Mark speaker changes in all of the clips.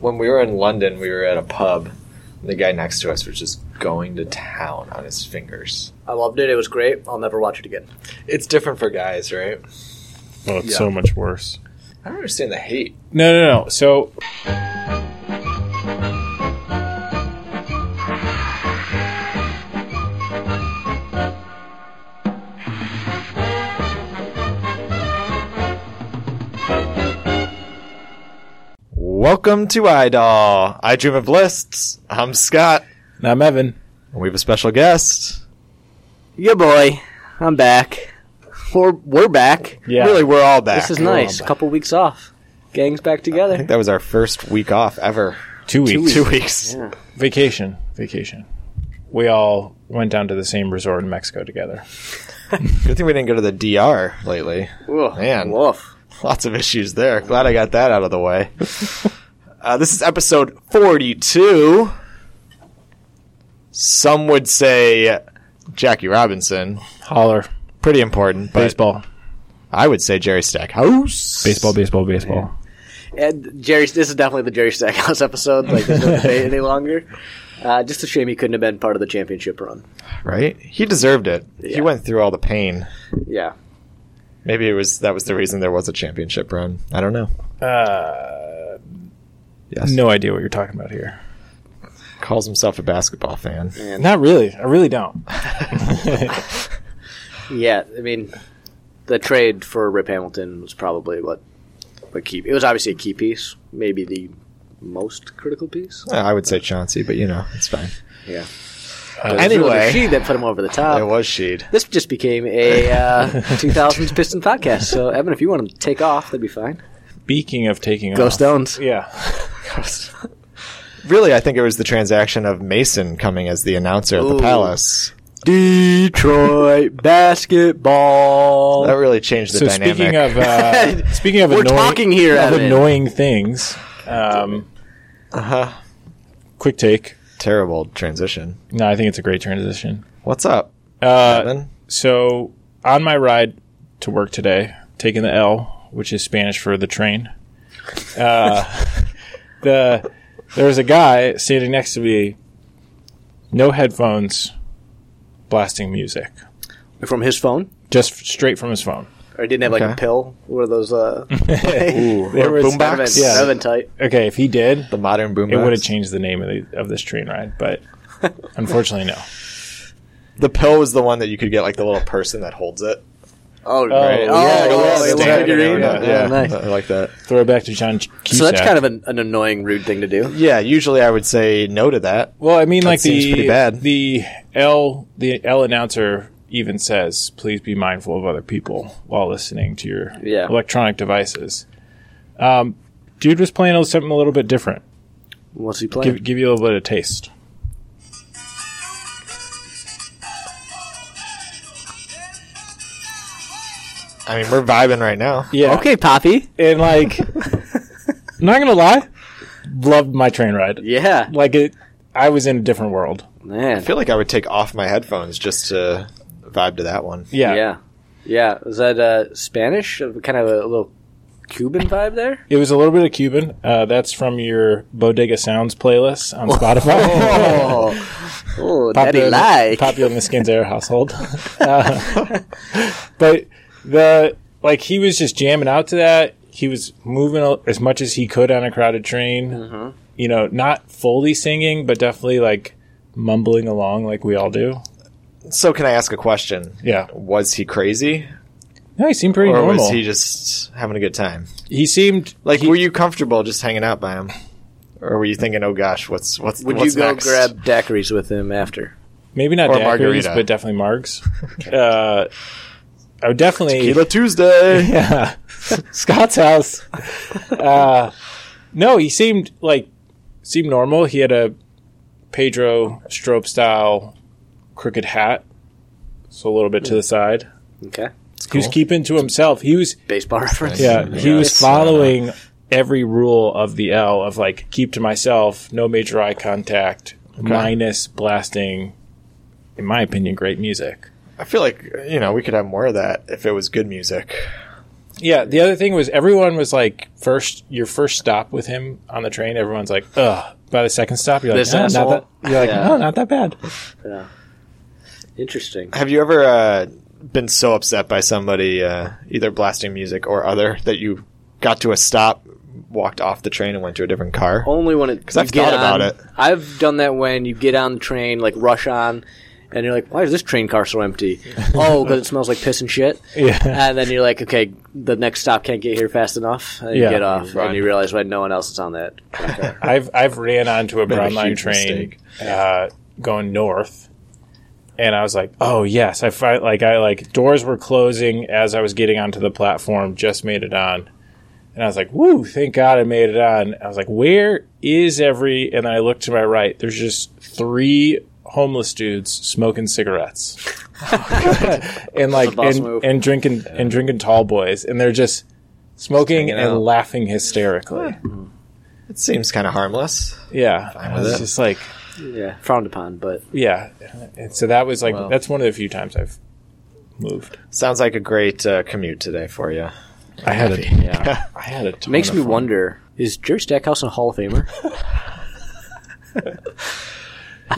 Speaker 1: when we were in London, we were at a pub. and The guy next to us was just going to town on his fingers.
Speaker 2: I loved it. It was great. I'll never watch it again.
Speaker 1: It's different for guys, right?
Speaker 3: Well, it's
Speaker 2: Yeah.
Speaker 3: so much worse.
Speaker 1: I don't understand the hate.
Speaker 3: No, no, no. So
Speaker 1: Welcome to Idol. I Dream of Lists. I'm Scott,
Speaker 3: I'm Evan.
Speaker 1: and we have a special guest.
Speaker 2: Yeah, boy. I'm back. We're, we're back.
Speaker 3: Yeah.
Speaker 1: Really, we're all back.
Speaker 2: This is nice. A couple weeks off. Gang's back
Speaker 1: I think
Speaker 2: together.
Speaker 1: that was our first week off ever.
Speaker 3: Two weeks.
Speaker 1: Two weeks.
Speaker 2: Yeah.
Speaker 3: Vacation. Vacation. We all went down to the same resort in Mexico together.
Speaker 1: Good thing we didn't go to the DR lately.
Speaker 2: Ugh,
Speaker 1: Man.
Speaker 2: Woof.
Speaker 1: Lots of issues there. Glad I got that out of the way. uh, this is episode 42. Some would say Jackie Robinson.
Speaker 3: Holler.
Speaker 1: Pretty important. But
Speaker 3: baseball.
Speaker 1: I would say Jerry Stackhouse.
Speaker 3: Baseball, baseball, baseball.
Speaker 2: And Jerry, this is definitely the Jerry Stackhouse episode. Like, there's no debate any longer. Uh, just a shame he couldn't have been part of the championship run.
Speaker 1: Right? He deserved it. He
Speaker 2: Yeah.
Speaker 1: went through all the pain.
Speaker 2: Yeah.
Speaker 1: Maybe it was that was the reason there was a championship run. I don't know.
Speaker 3: Uh,
Speaker 1: Yes.
Speaker 3: no idea what you're talking about here.
Speaker 1: Calls himself a basketball fan.
Speaker 3: Not really. I really don't. Uh,
Speaker 2: Yeah, I mean, the trade for Rip Hamilton was probably what, what key. It was obviously a key piece, maybe the most critical piece.
Speaker 1: I would say Chauncey, but you know, it's fine.
Speaker 2: Yeah. It
Speaker 3: Uh,
Speaker 2: was really
Speaker 1: Anyway.
Speaker 2: the she that put him over the top.
Speaker 1: it was Sheed.
Speaker 2: This just became a uh, 2000s Piston podcast. So, Evan, if you want to take off, that'd be fine.
Speaker 3: Speaking of taking
Speaker 2: Go
Speaker 3: off-
Speaker 2: Stones.
Speaker 3: Yeah.
Speaker 1: Really, I think it was the transaction of Mason coming as the announcer at the
Speaker 2: Ooh.
Speaker 1: Palace.
Speaker 2: Detroit basketball.
Speaker 1: That really changed the
Speaker 3: So
Speaker 1: dynamic.
Speaker 3: speaking of uh, speaking of
Speaker 2: We're
Speaker 3: annoying,
Speaker 2: talking here,
Speaker 3: of
Speaker 2: Evan.
Speaker 3: annoying things. Um,
Speaker 1: Uh-huh.
Speaker 3: Quick take.
Speaker 1: Terrible transition.
Speaker 3: No, I think it's a great transition.
Speaker 1: What's up,
Speaker 3: Uh,
Speaker 1: Evan?
Speaker 3: So on my ride to work today, taking the L, which is Spanish for the train, uh, the there was a guy standing next to me, no headphones, blasting music
Speaker 2: From his phone?
Speaker 3: just f- straight from his phone.
Speaker 2: Or he didn't have like
Speaker 1: Okay.
Speaker 2: a pill? One of those. Uh, Ooh,
Speaker 3: there was-
Speaker 2: Evan,
Speaker 1: boombox?
Speaker 3: Yeah.
Speaker 2: Evan type.
Speaker 3: Okay, if he did,
Speaker 1: The modern boombox.
Speaker 3: it would have changed the name of, the, of this train ride, but unfortunately, no.
Speaker 1: The pill was the one that you could get, like the little person that holds it.
Speaker 2: Oh,
Speaker 1: Like a
Speaker 3: right. Oh, yeah,
Speaker 1: little
Speaker 3: yeah,
Speaker 1: stand
Speaker 3: yeah,
Speaker 1: and everything.
Speaker 3: yeah,
Speaker 1: yeah,
Speaker 2: yeah, nice.
Speaker 1: I like that.
Speaker 3: Throwback to John Cusack.
Speaker 2: So that's kind of an, an annoying, rude thing to do.
Speaker 1: Yeah, usually I would say no to that.
Speaker 3: Well, I mean, like
Speaker 1: seems
Speaker 3: the
Speaker 1: pretty bad.
Speaker 3: the L the L announcer even says, "Please be mindful of other people while listening to your
Speaker 2: Yeah.
Speaker 3: electronic devices." Um, dude was playing something a little bit different.
Speaker 2: What's he playing?
Speaker 3: Give, give you a little bit of taste.
Speaker 1: I mean, we're vibing right now.
Speaker 3: Yeah.
Speaker 2: Okay, Poppy.
Speaker 3: And like, not gonna lie, loved my train ride.
Speaker 2: Yeah,
Speaker 3: Like it, I was in a different world.
Speaker 2: man.
Speaker 1: I feel like I would take off my headphones just to vibe to that one.
Speaker 3: Yeah.
Speaker 2: yeah, yeah. Is that uh, Spanish? Kind of a little Cuban vibe there.
Speaker 3: It was a little bit of Cuban. Uh, that's from your Bodega Sounds playlist on Spotify.
Speaker 1: Oh.
Speaker 2: oh,
Speaker 3: popular,
Speaker 2: daddy lie.
Speaker 3: popular in the Skins Air household. Uh, but the like he was just jamming out to that. He was moving a- as much as he could on a crowded train. You know, not fully singing, but definitely like mumbling along like we all do.
Speaker 1: So, can I ask a question?
Speaker 3: Yeah.
Speaker 1: Was he crazy,
Speaker 3: No, he seemed pretty
Speaker 1: or
Speaker 3: normal.
Speaker 1: was he
Speaker 3: He,
Speaker 1: just having a good time?
Speaker 3: seemed
Speaker 1: Like, were you comfortable just hanging out by him, or were you thinking, "Oh gosh, what's what's
Speaker 2: Would
Speaker 1: what's
Speaker 2: you go
Speaker 1: next?
Speaker 2: grab daiquiris with him after?
Speaker 3: maybe not
Speaker 1: or
Speaker 3: daiquiris,
Speaker 1: margarita.
Speaker 3: but definitely margs. uh, I would definitely
Speaker 1: Tequila Tuesday?
Speaker 3: Yeah. Scott's house. Uh, no, he seemed like seemed normal. He had a Pedro Strope style crooked hat, so a little bit to the side.
Speaker 2: Okay,
Speaker 3: He was keeping to himself. He was
Speaker 2: baseball reference.
Speaker 3: yeah, he
Speaker 1: Yeah,
Speaker 3: was
Speaker 1: it's, uh,
Speaker 3: following every rule of the L of like keep to myself, no major eye contact, minus blasting in my opinion great music.
Speaker 1: I feel like you know we could have more of that if it was good music.
Speaker 3: Yeah, the other thing was everyone was like first your first stop with him on the train. Everyone's like, ugh. By the second stop, you're like,
Speaker 2: This
Speaker 3: no,
Speaker 2: asshole.
Speaker 3: not that. You're like,
Speaker 2: Yeah.
Speaker 3: no, not that bad.
Speaker 2: Yeah. Interesting.
Speaker 1: Have you ever uh, been so upset by somebody uh, either blasting music or other that you got to a stop, walked off the train, and went to a different car?
Speaker 2: Only when it because
Speaker 1: I've thought about it.
Speaker 2: I've done that when you get on the train, like rush on, and you're like, "Why is this train car so empty?" oh, because it smells like piss and shit.
Speaker 3: Yeah.
Speaker 2: And then you're like, "Okay, the next stop can't get here fast enough." And
Speaker 3: Yeah.
Speaker 2: you get off,
Speaker 1: Right.
Speaker 2: and you realize why no one else is on that. Okay.
Speaker 3: I've I've ran onto a
Speaker 1: Made a
Speaker 3: brown line
Speaker 1: huge
Speaker 3: train
Speaker 1: mistake.
Speaker 3: uh, going north, and I was like, "Oh yes!" I fi- like I like doors were closing as I was getting onto the platform. Just made it on, and I was like, "Woo! Thank God I made it on." I was like, "Where is every?" And then I looked to my right. There's just three homeless dudes smoking cigarettes and like
Speaker 2: boss
Speaker 3: and,
Speaker 2: move.
Speaker 3: and drinking and drinking tall boys and they're just smoking
Speaker 1: hanging
Speaker 3: and
Speaker 1: out.
Speaker 3: laughing hysterically
Speaker 1: It seems kind of harmless.
Speaker 3: yeah
Speaker 1: with
Speaker 3: it's
Speaker 1: it.
Speaker 3: just like
Speaker 2: yeah, frowned upon, but
Speaker 3: Yeah, and so that was like
Speaker 1: Wow.
Speaker 3: that's one of the few times I've moved.
Speaker 1: Sounds like a great uh, commute today for you.
Speaker 3: I had a yeah, I had a ton
Speaker 2: makes
Speaker 3: of
Speaker 2: me
Speaker 3: fun.
Speaker 2: wonder: Is Jerry Stackhouse a Hall of Famer?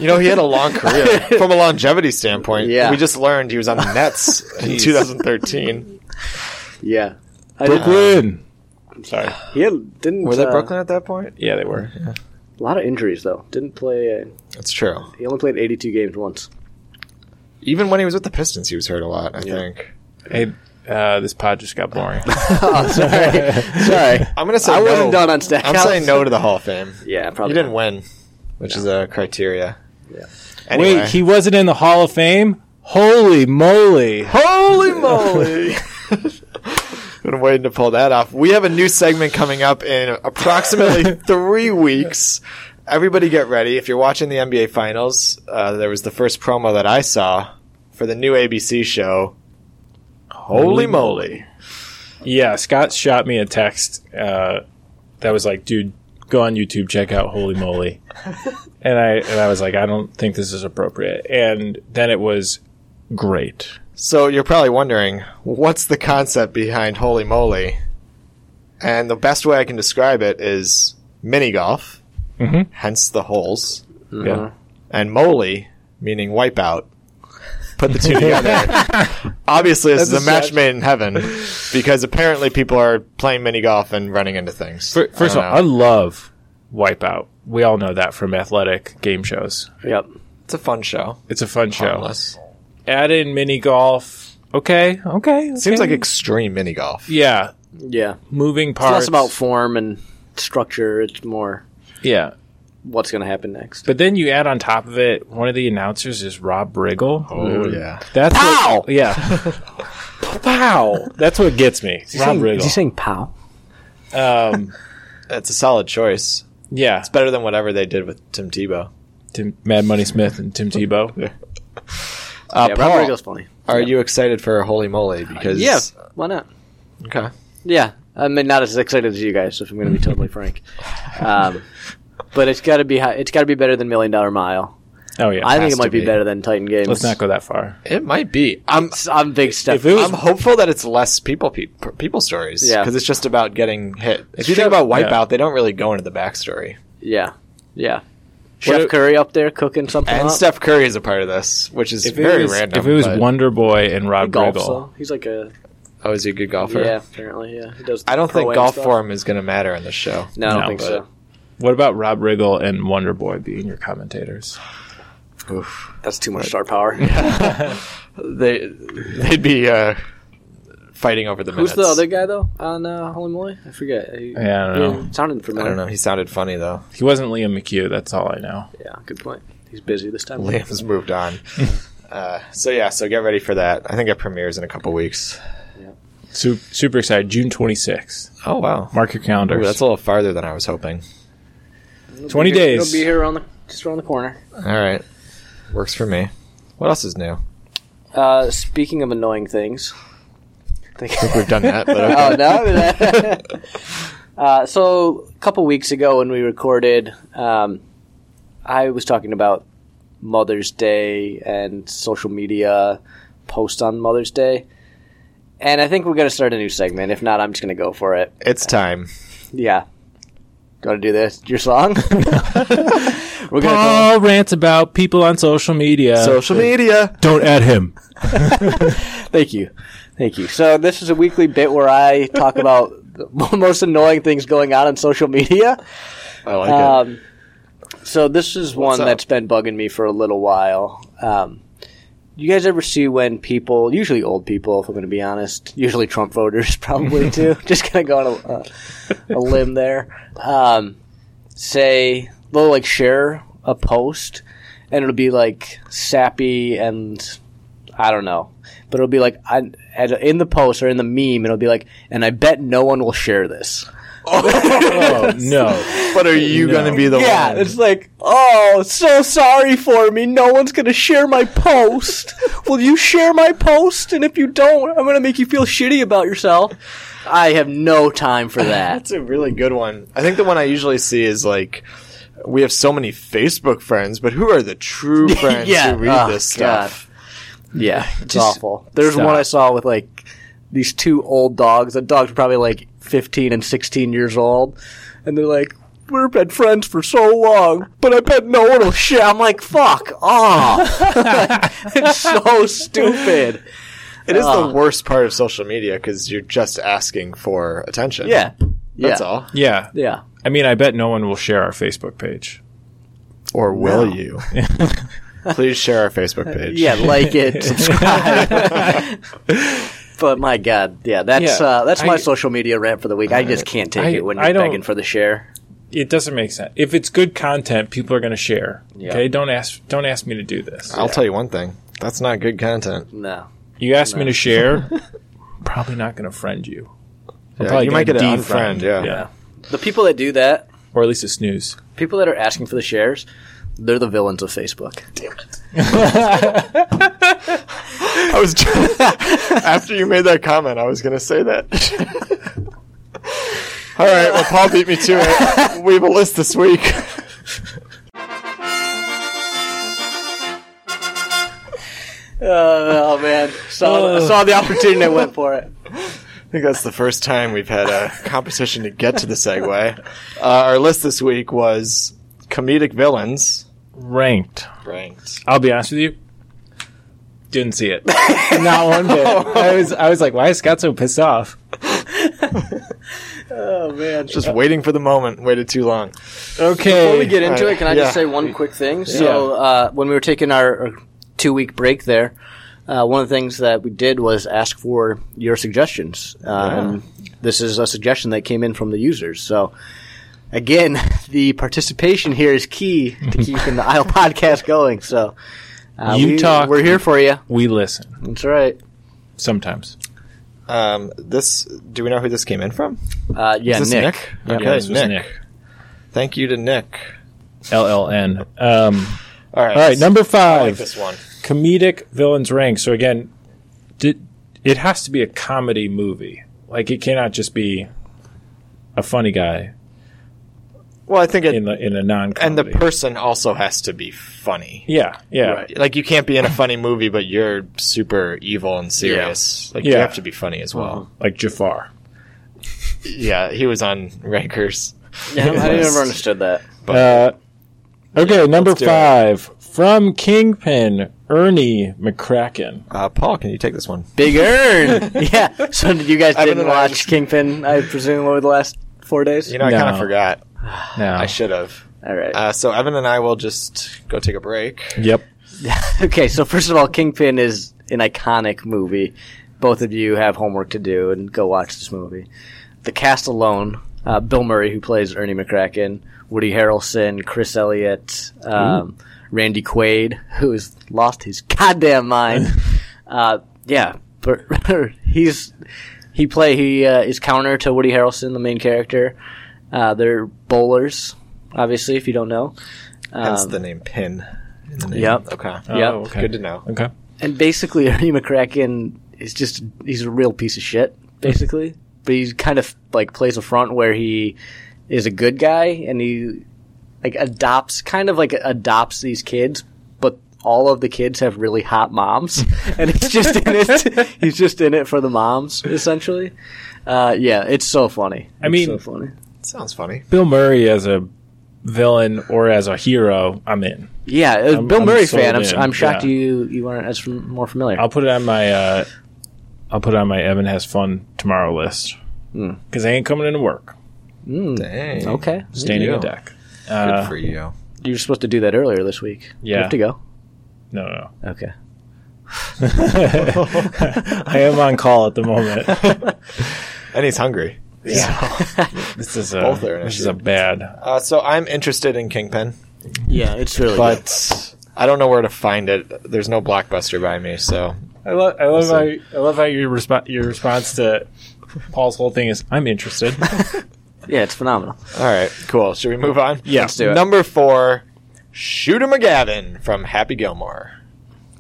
Speaker 1: You know, he had a long career from a longevity standpoint.
Speaker 2: Yeah.
Speaker 1: we just learned he was on the Nets in 2013.
Speaker 2: yeah, I did-
Speaker 3: Brooklyn. Sorry,
Speaker 2: he had, didn't.
Speaker 1: Were they
Speaker 2: uh,
Speaker 1: Brooklyn at that point?
Speaker 3: yeah, they were.
Speaker 2: A lot of injuries though. Didn't play. Uh,
Speaker 1: That's true.
Speaker 2: he only played 82 games once.
Speaker 1: Even when he was with the Pistons, he was hurt a lot. I
Speaker 2: Yeah.
Speaker 1: think.
Speaker 3: Hey, uh, this pod just got boring.
Speaker 2: oh, sorry, sorry.
Speaker 1: I'm gonna say
Speaker 2: I wasn't
Speaker 1: no.
Speaker 2: done on Stackhouse.
Speaker 1: I'm saying no to the Hall of Fame.
Speaker 2: Yeah,
Speaker 1: You
Speaker 2: probably.
Speaker 1: didn't win, which is a criteria.
Speaker 2: Yeah.
Speaker 1: Anyway.
Speaker 3: Wait, he wasn't in the Hall of Fame. Holy moly!
Speaker 1: Holy moly! Been waiting to pull that off. We have a new segment coming up in approximately three weeks. Everybody get ready. If you're watching the NBA Finals, uh, there was the first promo that I saw for the new ABC show. Holy moly.
Speaker 3: Yeah, Scott shot me a text uh, that was like, "Dude, go on YouTube, check out Holy Moly," and I and I was like, "I don't think this is appropriate." And then it was great.
Speaker 1: So you're probably wondering, what's the concept behind Holy Moly? And the best way I can describe it is mini golf,
Speaker 3: Mhm.
Speaker 1: hence the holes.
Speaker 3: Yeah.
Speaker 1: and moly, meaning wipeout. Put the two together. Obviously, this
Speaker 3: That's
Speaker 1: is a
Speaker 3: a
Speaker 1: match
Speaker 3: sad-
Speaker 1: made in heaven because apparently people are playing mini golf and running into things.
Speaker 3: Fir- First
Speaker 1: I
Speaker 3: of
Speaker 1: don't
Speaker 3: all, I
Speaker 1: know.
Speaker 3: love Wipeout. We all know that from athletic game shows.
Speaker 2: Yep.
Speaker 1: it's a fun show.
Speaker 3: It's a fun show.
Speaker 1: Harmless.
Speaker 3: Add in mini golf. Okay, okay.
Speaker 1: Seems
Speaker 3: okay.
Speaker 1: like extreme mini golf.
Speaker 3: yeah,
Speaker 2: Yeah.
Speaker 3: moving
Speaker 2: It's
Speaker 3: parts.
Speaker 2: less about form and structure. It's more
Speaker 3: yeah,
Speaker 2: what's going to happen next.
Speaker 3: but then you add on top of it, one of the announcers is Rob Riggle.
Speaker 1: Oh yeah,
Speaker 3: That's
Speaker 2: Pow!
Speaker 3: What, yeah. Pow! That's what gets me. Rob
Speaker 2: Is he
Speaker 3: Riggle.
Speaker 2: saying pow?
Speaker 3: Um,
Speaker 1: it's a solid choice.
Speaker 3: yeah,
Speaker 1: It's better than whatever they did with Tim Tebow.
Speaker 3: Tim, Mad Money Smith and Tim Tebow.
Speaker 1: Uh,
Speaker 2: yeah,
Speaker 1: Paul,
Speaker 2: Rob Riggles's funny.
Speaker 1: are you excited for Holy Moly? Because
Speaker 2: Yeah, why not?
Speaker 1: okay,
Speaker 2: Yeah. I mean, not as excited as you guys, if I'm going to be totally frank. Um, but it's got to be hi- it's got to be better than Million Dollar Mile.
Speaker 3: Oh yeah.
Speaker 2: I think
Speaker 1: has
Speaker 2: it might
Speaker 1: to
Speaker 2: be.
Speaker 1: be.
Speaker 2: better than Titan Games.
Speaker 3: Let's not go that far.
Speaker 1: it might be. I'm
Speaker 2: I'm big step.
Speaker 3: If it was
Speaker 1: I'm hopeful that it's less people pe- people stories.
Speaker 2: Yeah.
Speaker 1: because it's just about getting hit. If you
Speaker 3: Sure.
Speaker 1: think about Wipeout,
Speaker 3: Yeah.
Speaker 1: they don't really go into the backstory.
Speaker 2: yeah, yeah. Chef
Speaker 3: if-
Speaker 2: Curry up there cooking something.
Speaker 1: And
Speaker 2: up.
Speaker 1: Steph Curry is a part of this, which is
Speaker 3: If it
Speaker 1: very
Speaker 3: was,
Speaker 1: random.
Speaker 3: if it was
Speaker 1: but-
Speaker 3: Wonder Boy and
Speaker 2: He
Speaker 3: Rob
Speaker 2: golfs,
Speaker 3: Riggle,
Speaker 2: though. He's like a
Speaker 1: oh, is he a good golfer?
Speaker 2: yeah. Apparently, yeah. He does.
Speaker 1: I don't think
Speaker 2: pro-am
Speaker 1: golf
Speaker 2: stuff.
Speaker 1: form is going to matter in the show.
Speaker 2: No, I don't
Speaker 3: No,
Speaker 2: think
Speaker 1: but-
Speaker 2: so.
Speaker 3: What about Rob Riggle and Wonder Boy being your commentators?
Speaker 2: That's too much star power.
Speaker 1: They they'd be uh, fighting over the
Speaker 2: Who's
Speaker 1: minutes.
Speaker 2: the other guy though on uh, Holy Moly? I forget. He,
Speaker 3: Yeah, I don't know.
Speaker 2: he sounded
Speaker 1: I
Speaker 2: familiar.
Speaker 1: don't know. He sounded funny though.
Speaker 3: He wasn't Liam McHugh. That's all I know.
Speaker 2: Yeah, good point. He's busy this time.
Speaker 1: Liam's moved on. uh, so yeah, so get ready for that. I think it premieres in a couple weeks.
Speaker 3: Super, super excited. June 26th.
Speaker 1: Oh wow,
Speaker 3: Mark your
Speaker 1: Ooh,
Speaker 3: calendars.
Speaker 1: that's a little farther than I was hoping.
Speaker 2: He'll be
Speaker 3: 20
Speaker 2: here-
Speaker 3: days.
Speaker 2: He'll be here around the just around the corner.
Speaker 1: All right, works for me. What else is new?
Speaker 2: Uh, speaking of annoying things.
Speaker 1: We've done that, but okay.
Speaker 2: oh no! uh, so a couple weeks ago when we recorded, um, I was talking about Mother's Day and social media posts on Mother's Day, And I think we're going to start a new segment. If not, I'm just going to go for it.
Speaker 1: It's time.
Speaker 2: Yeah. Do you want to do this? Your song? we're going to
Speaker 3: Paul rants about people on social media.
Speaker 1: Social media.
Speaker 3: Don't add him.
Speaker 2: Thank you. Thank you. So this is a weekly bit where I talk about the most annoying things going on on social media.
Speaker 1: I like
Speaker 2: Um, so this is
Speaker 1: What's
Speaker 2: one
Speaker 1: up?
Speaker 2: that's been bugging me for a little while. Um, you guys ever see when people, usually old people, if I'm going to be honest, usually Trump voters probably too, just going to go on a, uh, a, a limb there, um, say, they'll like share a post and it'll be like sappy and I don't know. But it'll be like I, at, in the post or in the meme, it'll be like, and I bet no one will share this.
Speaker 3: Oh no!
Speaker 1: it. But are you
Speaker 3: No.
Speaker 1: going to be the
Speaker 2: Yeah,
Speaker 1: one?
Speaker 2: it's like, oh, so sorry for me. No one's gonna share my post. Will you share my post? And if you don't, I'm gonna make you feel shitty about yourself. I have no time for that.
Speaker 1: That's a really good one. I think the one I usually see is like, we have so many Facebook friends, but who are the true friends
Speaker 2: Yeah.
Speaker 1: who read
Speaker 2: Oh,
Speaker 1: this stuff?
Speaker 2: yeah, it's
Speaker 1: Just
Speaker 2: awful. There's
Speaker 3: stop.
Speaker 2: one I saw with like these two old dogs. The dogs are probably like 15 and 16 years old, and they're like. We've been friends for so long, but I bet no one will share. I'm like, fuck off. it's so stupid.
Speaker 1: It is
Speaker 2: Ah.
Speaker 1: the worst part of social media because you're just asking for attention.
Speaker 2: Yeah.
Speaker 1: That's
Speaker 2: yeah.
Speaker 1: all.
Speaker 3: Yeah,
Speaker 2: Yeah.
Speaker 3: I mean, I bet no one will share our Facebook page.
Speaker 1: Or will
Speaker 2: No.
Speaker 1: you? Please share our Facebook page.
Speaker 2: Yeah, like it, subscribe. but my god, yeah, that's
Speaker 3: Yeah,
Speaker 2: uh, that's my
Speaker 3: I-
Speaker 2: social media rant for the week. I just can't take
Speaker 3: I-
Speaker 2: it when
Speaker 3: I
Speaker 2: you're
Speaker 3: don't-
Speaker 2: begging for the share.
Speaker 3: It doesn't make sense. If it's good content, people are going to share.
Speaker 2: Yeah.
Speaker 3: Okay, don't ask. Don't ask me to do this.
Speaker 1: I'll tell you one thing. That's not good content.
Speaker 2: No.
Speaker 3: You ask me to share, probably not going to friend you. I'm
Speaker 1: Yeah,
Speaker 3: probably
Speaker 1: you might
Speaker 3: gonna
Speaker 1: get an
Speaker 3: defriend,
Speaker 1: unfriend, yeah.
Speaker 2: The people that do that,
Speaker 3: or at least a snooze.
Speaker 2: people that are asking for the shares, they're the villains of Facebook.
Speaker 1: I was after you made that comment, I was going to say that. All right, well, Paul beat me to it. We have a list this week.
Speaker 2: oh man. Saw
Speaker 3: Oh.
Speaker 2: saw the opportunity I went for it.
Speaker 1: I think that's the first time we've had a competition to get to the segue. Uh, our list this week was comedic villains.
Speaker 3: Ranked.
Speaker 1: Ranked.
Speaker 3: I'll be honest with you. Didn't see it. not one bit. I was. I was like, why is Scott so pissed off?
Speaker 2: Oh man.
Speaker 1: Just waiting for the moment. Waited too long.
Speaker 3: Okay.
Speaker 2: Before we get into it, can I
Speaker 1: Yeah.
Speaker 2: just say one quick thing? So, uh, when we were taking our two week break there, uh, one of the things that we did was ask for your suggestions. Uh, and This is a suggestion that came in from the users. So, again, the participation here is key to keeping the Isle podcast going. So, uh,
Speaker 3: You
Speaker 2: we,
Speaker 3: talk.
Speaker 2: We're here for you.
Speaker 3: we listen
Speaker 2: That's right.
Speaker 3: sometimes.
Speaker 1: Um, this. Do we know who this came in from?
Speaker 2: Uh, yeah,
Speaker 1: Is this
Speaker 2: Nick.
Speaker 1: Nick?
Speaker 3: Yeah,
Speaker 1: Okay,
Speaker 3: this was
Speaker 1: Nick. Thank you to Nick.
Speaker 3: LLN. Um,
Speaker 1: All right.
Speaker 3: all right, number
Speaker 1: I like
Speaker 3: five.
Speaker 1: this one.
Speaker 3: comedic villains rank. So again, did, it has to be a comedy movie. Like it cannot just be a funny guy
Speaker 1: Well, I think it,
Speaker 3: in the in a non.
Speaker 1: and the person also has to be funny.
Speaker 3: yeah, yeah,
Speaker 2: Right.
Speaker 1: Like you can't be in a funny movie, but you're super evil and serious. Like you
Speaker 3: Yeah.
Speaker 1: have to be funny as well.
Speaker 3: like Jafar.
Speaker 1: Yeah, he was on Rankers.
Speaker 2: Yeah, I never understood that.
Speaker 3: Uh, okay, number
Speaker 1: let's do it.
Speaker 3: five from Kingpin, Ernie McCracken.
Speaker 1: Uh, Paul, can you take this one?
Speaker 2: Big Earn. yeah. So, you guys
Speaker 1: I've been
Speaker 2: didn't watch
Speaker 1: watching-
Speaker 2: Kingpin, I presume, over the last four days?
Speaker 1: You know, I
Speaker 3: No.
Speaker 1: kind of forgot.
Speaker 3: Now,
Speaker 1: I should have.
Speaker 2: All right.
Speaker 1: Uh, so Evan and I will just go take a break.
Speaker 3: yep,
Speaker 2: Okay, so first of all, Kingpin is an iconic movie. Both of you have homework to do and go watch this movie. The cast alone: uh, Bill Murray, who plays Ernie McCracken, Woody Harrelson, Chris Elliott, um, Randy Quaid, who has lost his goddamn mind. uh, yeah, but he's he play he uh, is counter to Woody Harrelson, the main character. Uh, they're bowlers, obviously. If you don't know,
Speaker 1: Hence
Speaker 2: Um,
Speaker 1: the name Pin. in the name.
Speaker 2: Yep.
Speaker 1: Okay.
Speaker 2: Yep.
Speaker 3: Oh, okay.
Speaker 1: Good to know.
Speaker 3: Okay,
Speaker 2: And basically, Ernie McCracken is just, he's a real piece of shit, basically. but he kind of, like, plays a front where he is a good guy and he, like, adopts, kind of like adopts these kids, but all of the kids have really hot moms, and he's just in it. He's just in it for the moms, essentially. Uh, yeah, it's so funny.
Speaker 3: I
Speaker 2: It's
Speaker 3: mean-
Speaker 2: so funny.
Speaker 1: Sounds funny.
Speaker 3: Bill Murray as a villain or as a hero, I'm in.
Speaker 2: Yeah, as
Speaker 3: I'm-
Speaker 2: Bill
Speaker 3: I'm
Speaker 2: Murray
Speaker 3: sold
Speaker 2: fan. I'm,
Speaker 3: in,
Speaker 2: I'm shocked
Speaker 3: yeah.
Speaker 2: you you aren't as fam- more familiar.
Speaker 3: I'll put it on my uh, I'll put it on my Evan has fun tomorrow list
Speaker 1: Hmm.
Speaker 3: because I ain't coming into work.
Speaker 2: Mm,
Speaker 1: Dang.
Speaker 2: okay,
Speaker 3: Staying
Speaker 1: you
Speaker 3: on
Speaker 1: go.
Speaker 3: deck.
Speaker 1: Good
Speaker 3: Uh,
Speaker 1: for you.
Speaker 2: you were supposed to do that earlier this week. you
Speaker 3: Yeah.
Speaker 2: have to go.
Speaker 3: no, no.
Speaker 2: Okay,
Speaker 3: I am on call at the moment.
Speaker 1: And he's hungry.
Speaker 3: This is a,
Speaker 1: Both are an
Speaker 3: this is
Speaker 1: issue.
Speaker 3: a bad.
Speaker 1: Uh, so I'm interested in Kingpin,
Speaker 2: yeah, it's really. good.
Speaker 1: but I don't know where to find it. There's no blockbuster by me, so
Speaker 3: I love. I love
Speaker 1: how-
Speaker 3: I love how your response. Your response to Paul's whole thing is, "I'm interested."
Speaker 2: yeah, it's phenomenal.
Speaker 1: all right, cool. Should we move on?
Speaker 3: Yeah.
Speaker 2: Let's do it.
Speaker 1: Number four, Shooter McGavin from Happy Gilmore.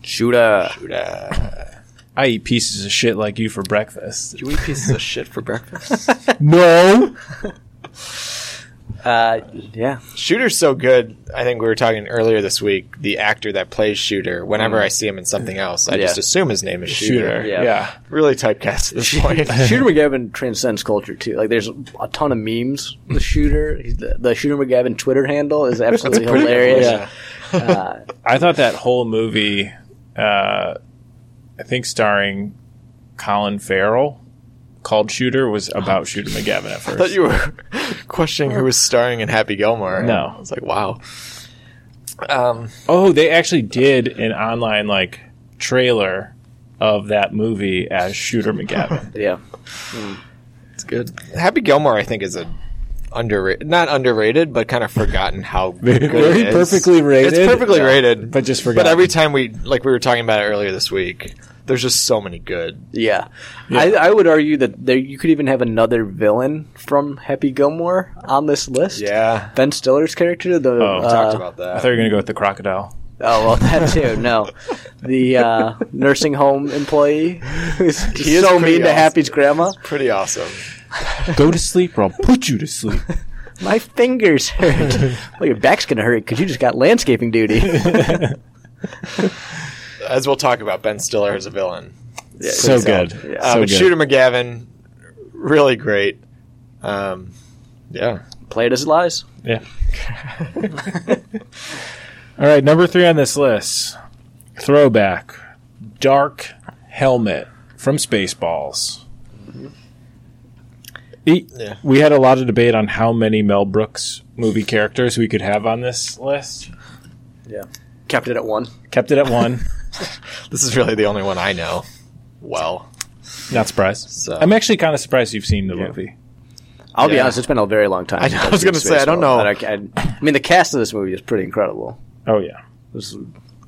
Speaker 2: Shooter.
Speaker 1: Shooter.
Speaker 3: I eat pieces of shit like you for breakfast.
Speaker 1: Do we eat pieces of shit for breakfast?
Speaker 3: No.
Speaker 2: Uh, yeah.
Speaker 1: Shooter's so good. I think we were talking earlier this week. The actor that plays Shooter, whenever I see him in something else, I
Speaker 2: Yeah.
Speaker 1: just assume his name is Mm. Shooter.
Speaker 3: Shooter.
Speaker 2: Yeah.
Speaker 3: yeah.
Speaker 1: Really typecast at this point.
Speaker 2: Shooter McGavin transcends culture too. Like, there's a ton of memes. The shooter, he's- the, the Shooter McGavin Twitter handle is absolutely
Speaker 1: That's pretty
Speaker 2: hilarious.
Speaker 1: good.
Speaker 2: Uh,
Speaker 3: I thought that whole movie, uh, I think starring Colin Farrell, called Shooter, was about Shooter McGavin at
Speaker 1: I thought
Speaker 3: first.
Speaker 1: you were questioning who was starring in Happy Gilmore.
Speaker 3: No.
Speaker 1: I was like, wow. Um,
Speaker 3: oh, they actually did an online like trailer of that movie as Shooter McGavin.
Speaker 2: yeah.
Speaker 1: it's good. Happy Gilmore, I think, is a underrated, not underrated, but kind of forgotten how good it
Speaker 3: very
Speaker 1: is.
Speaker 3: perfectly rated.
Speaker 1: It's perfectly
Speaker 3: Yeah.
Speaker 1: rated,
Speaker 3: But just
Speaker 1: But
Speaker 3: forgotten.
Speaker 1: every time we, like we were talking about it earlier this week, there's just so many good.
Speaker 2: Yeah. I, I would argue that there, you could even have another villain from Happy Gilmore on this list.
Speaker 1: Yeah,
Speaker 2: Ben Stiller's character, the
Speaker 3: Oh,
Speaker 1: we
Speaker 2: uh,
Speaker 1: talked about that.
Speaker 3: I thought you were gonna go with the crocodile.
Speaker 2: oh well, that too. No, the uh, nursing home employee who's
Speaker 1: is
Speaker 2: so
Speaker 1: pretty
Speaker 2: mean to
Speaker 1: awesome.
Speaker 2: Happy's grandma.
Speaker 1: Pretty awesome.
Speaker 3: go to sleep, or I'll put you to sleep.
Speaker 2: My fingers hurt. well, your back's gonna hurt because you just got landscaping duty.
Speaker 1: As we'll talk about, Ben Stiller is a villain.
Speaker 3: so
Speaker 1: solid.
Speaker 3: good.
Speaker 1: Uh,
Speaker 3: So
Speaker 1: but
Speaker 3: good.
Speaker 1: Shooter McGavin, really great. Um, yeah,
Speaker 2: Play it as it lies.
Speaker 3: Yeah. All right, number three on this list throwback Dark Helmet from Spaceballs. E-
Speaker 1: Yeah.
Speaker 3: We had a lot of debate on how many Mel Brooks movie characters we could have on this list.
Speaker 2: Kept it at one.
Speaker 3: Kept it at one.
Speaker 1: this is really the only one I know. Well,
Speaker 3: Not surprised.
Speaker 1: So-
Speaker 3: I'm actually kind of surprised you've seen the movie.
Speaker 2: I'll be
Speaker 1: Yeah.
Speaker 2: honest; it's been a very long time.
Speaker 1: I
Speaker 2: since
Speaker 1: know, I
Speaker 2: I've
Speaker 1: was
Speaker 2: seen
Speaker 1: gonna say, I don't
Speaker 2: Spaceballs,
Speaker 1: know.
Speaker 2: but I, I- I mean, the cast of this movie is pretty incredible.
Speaker 3: Oh, yeah.
Speaker 2: This is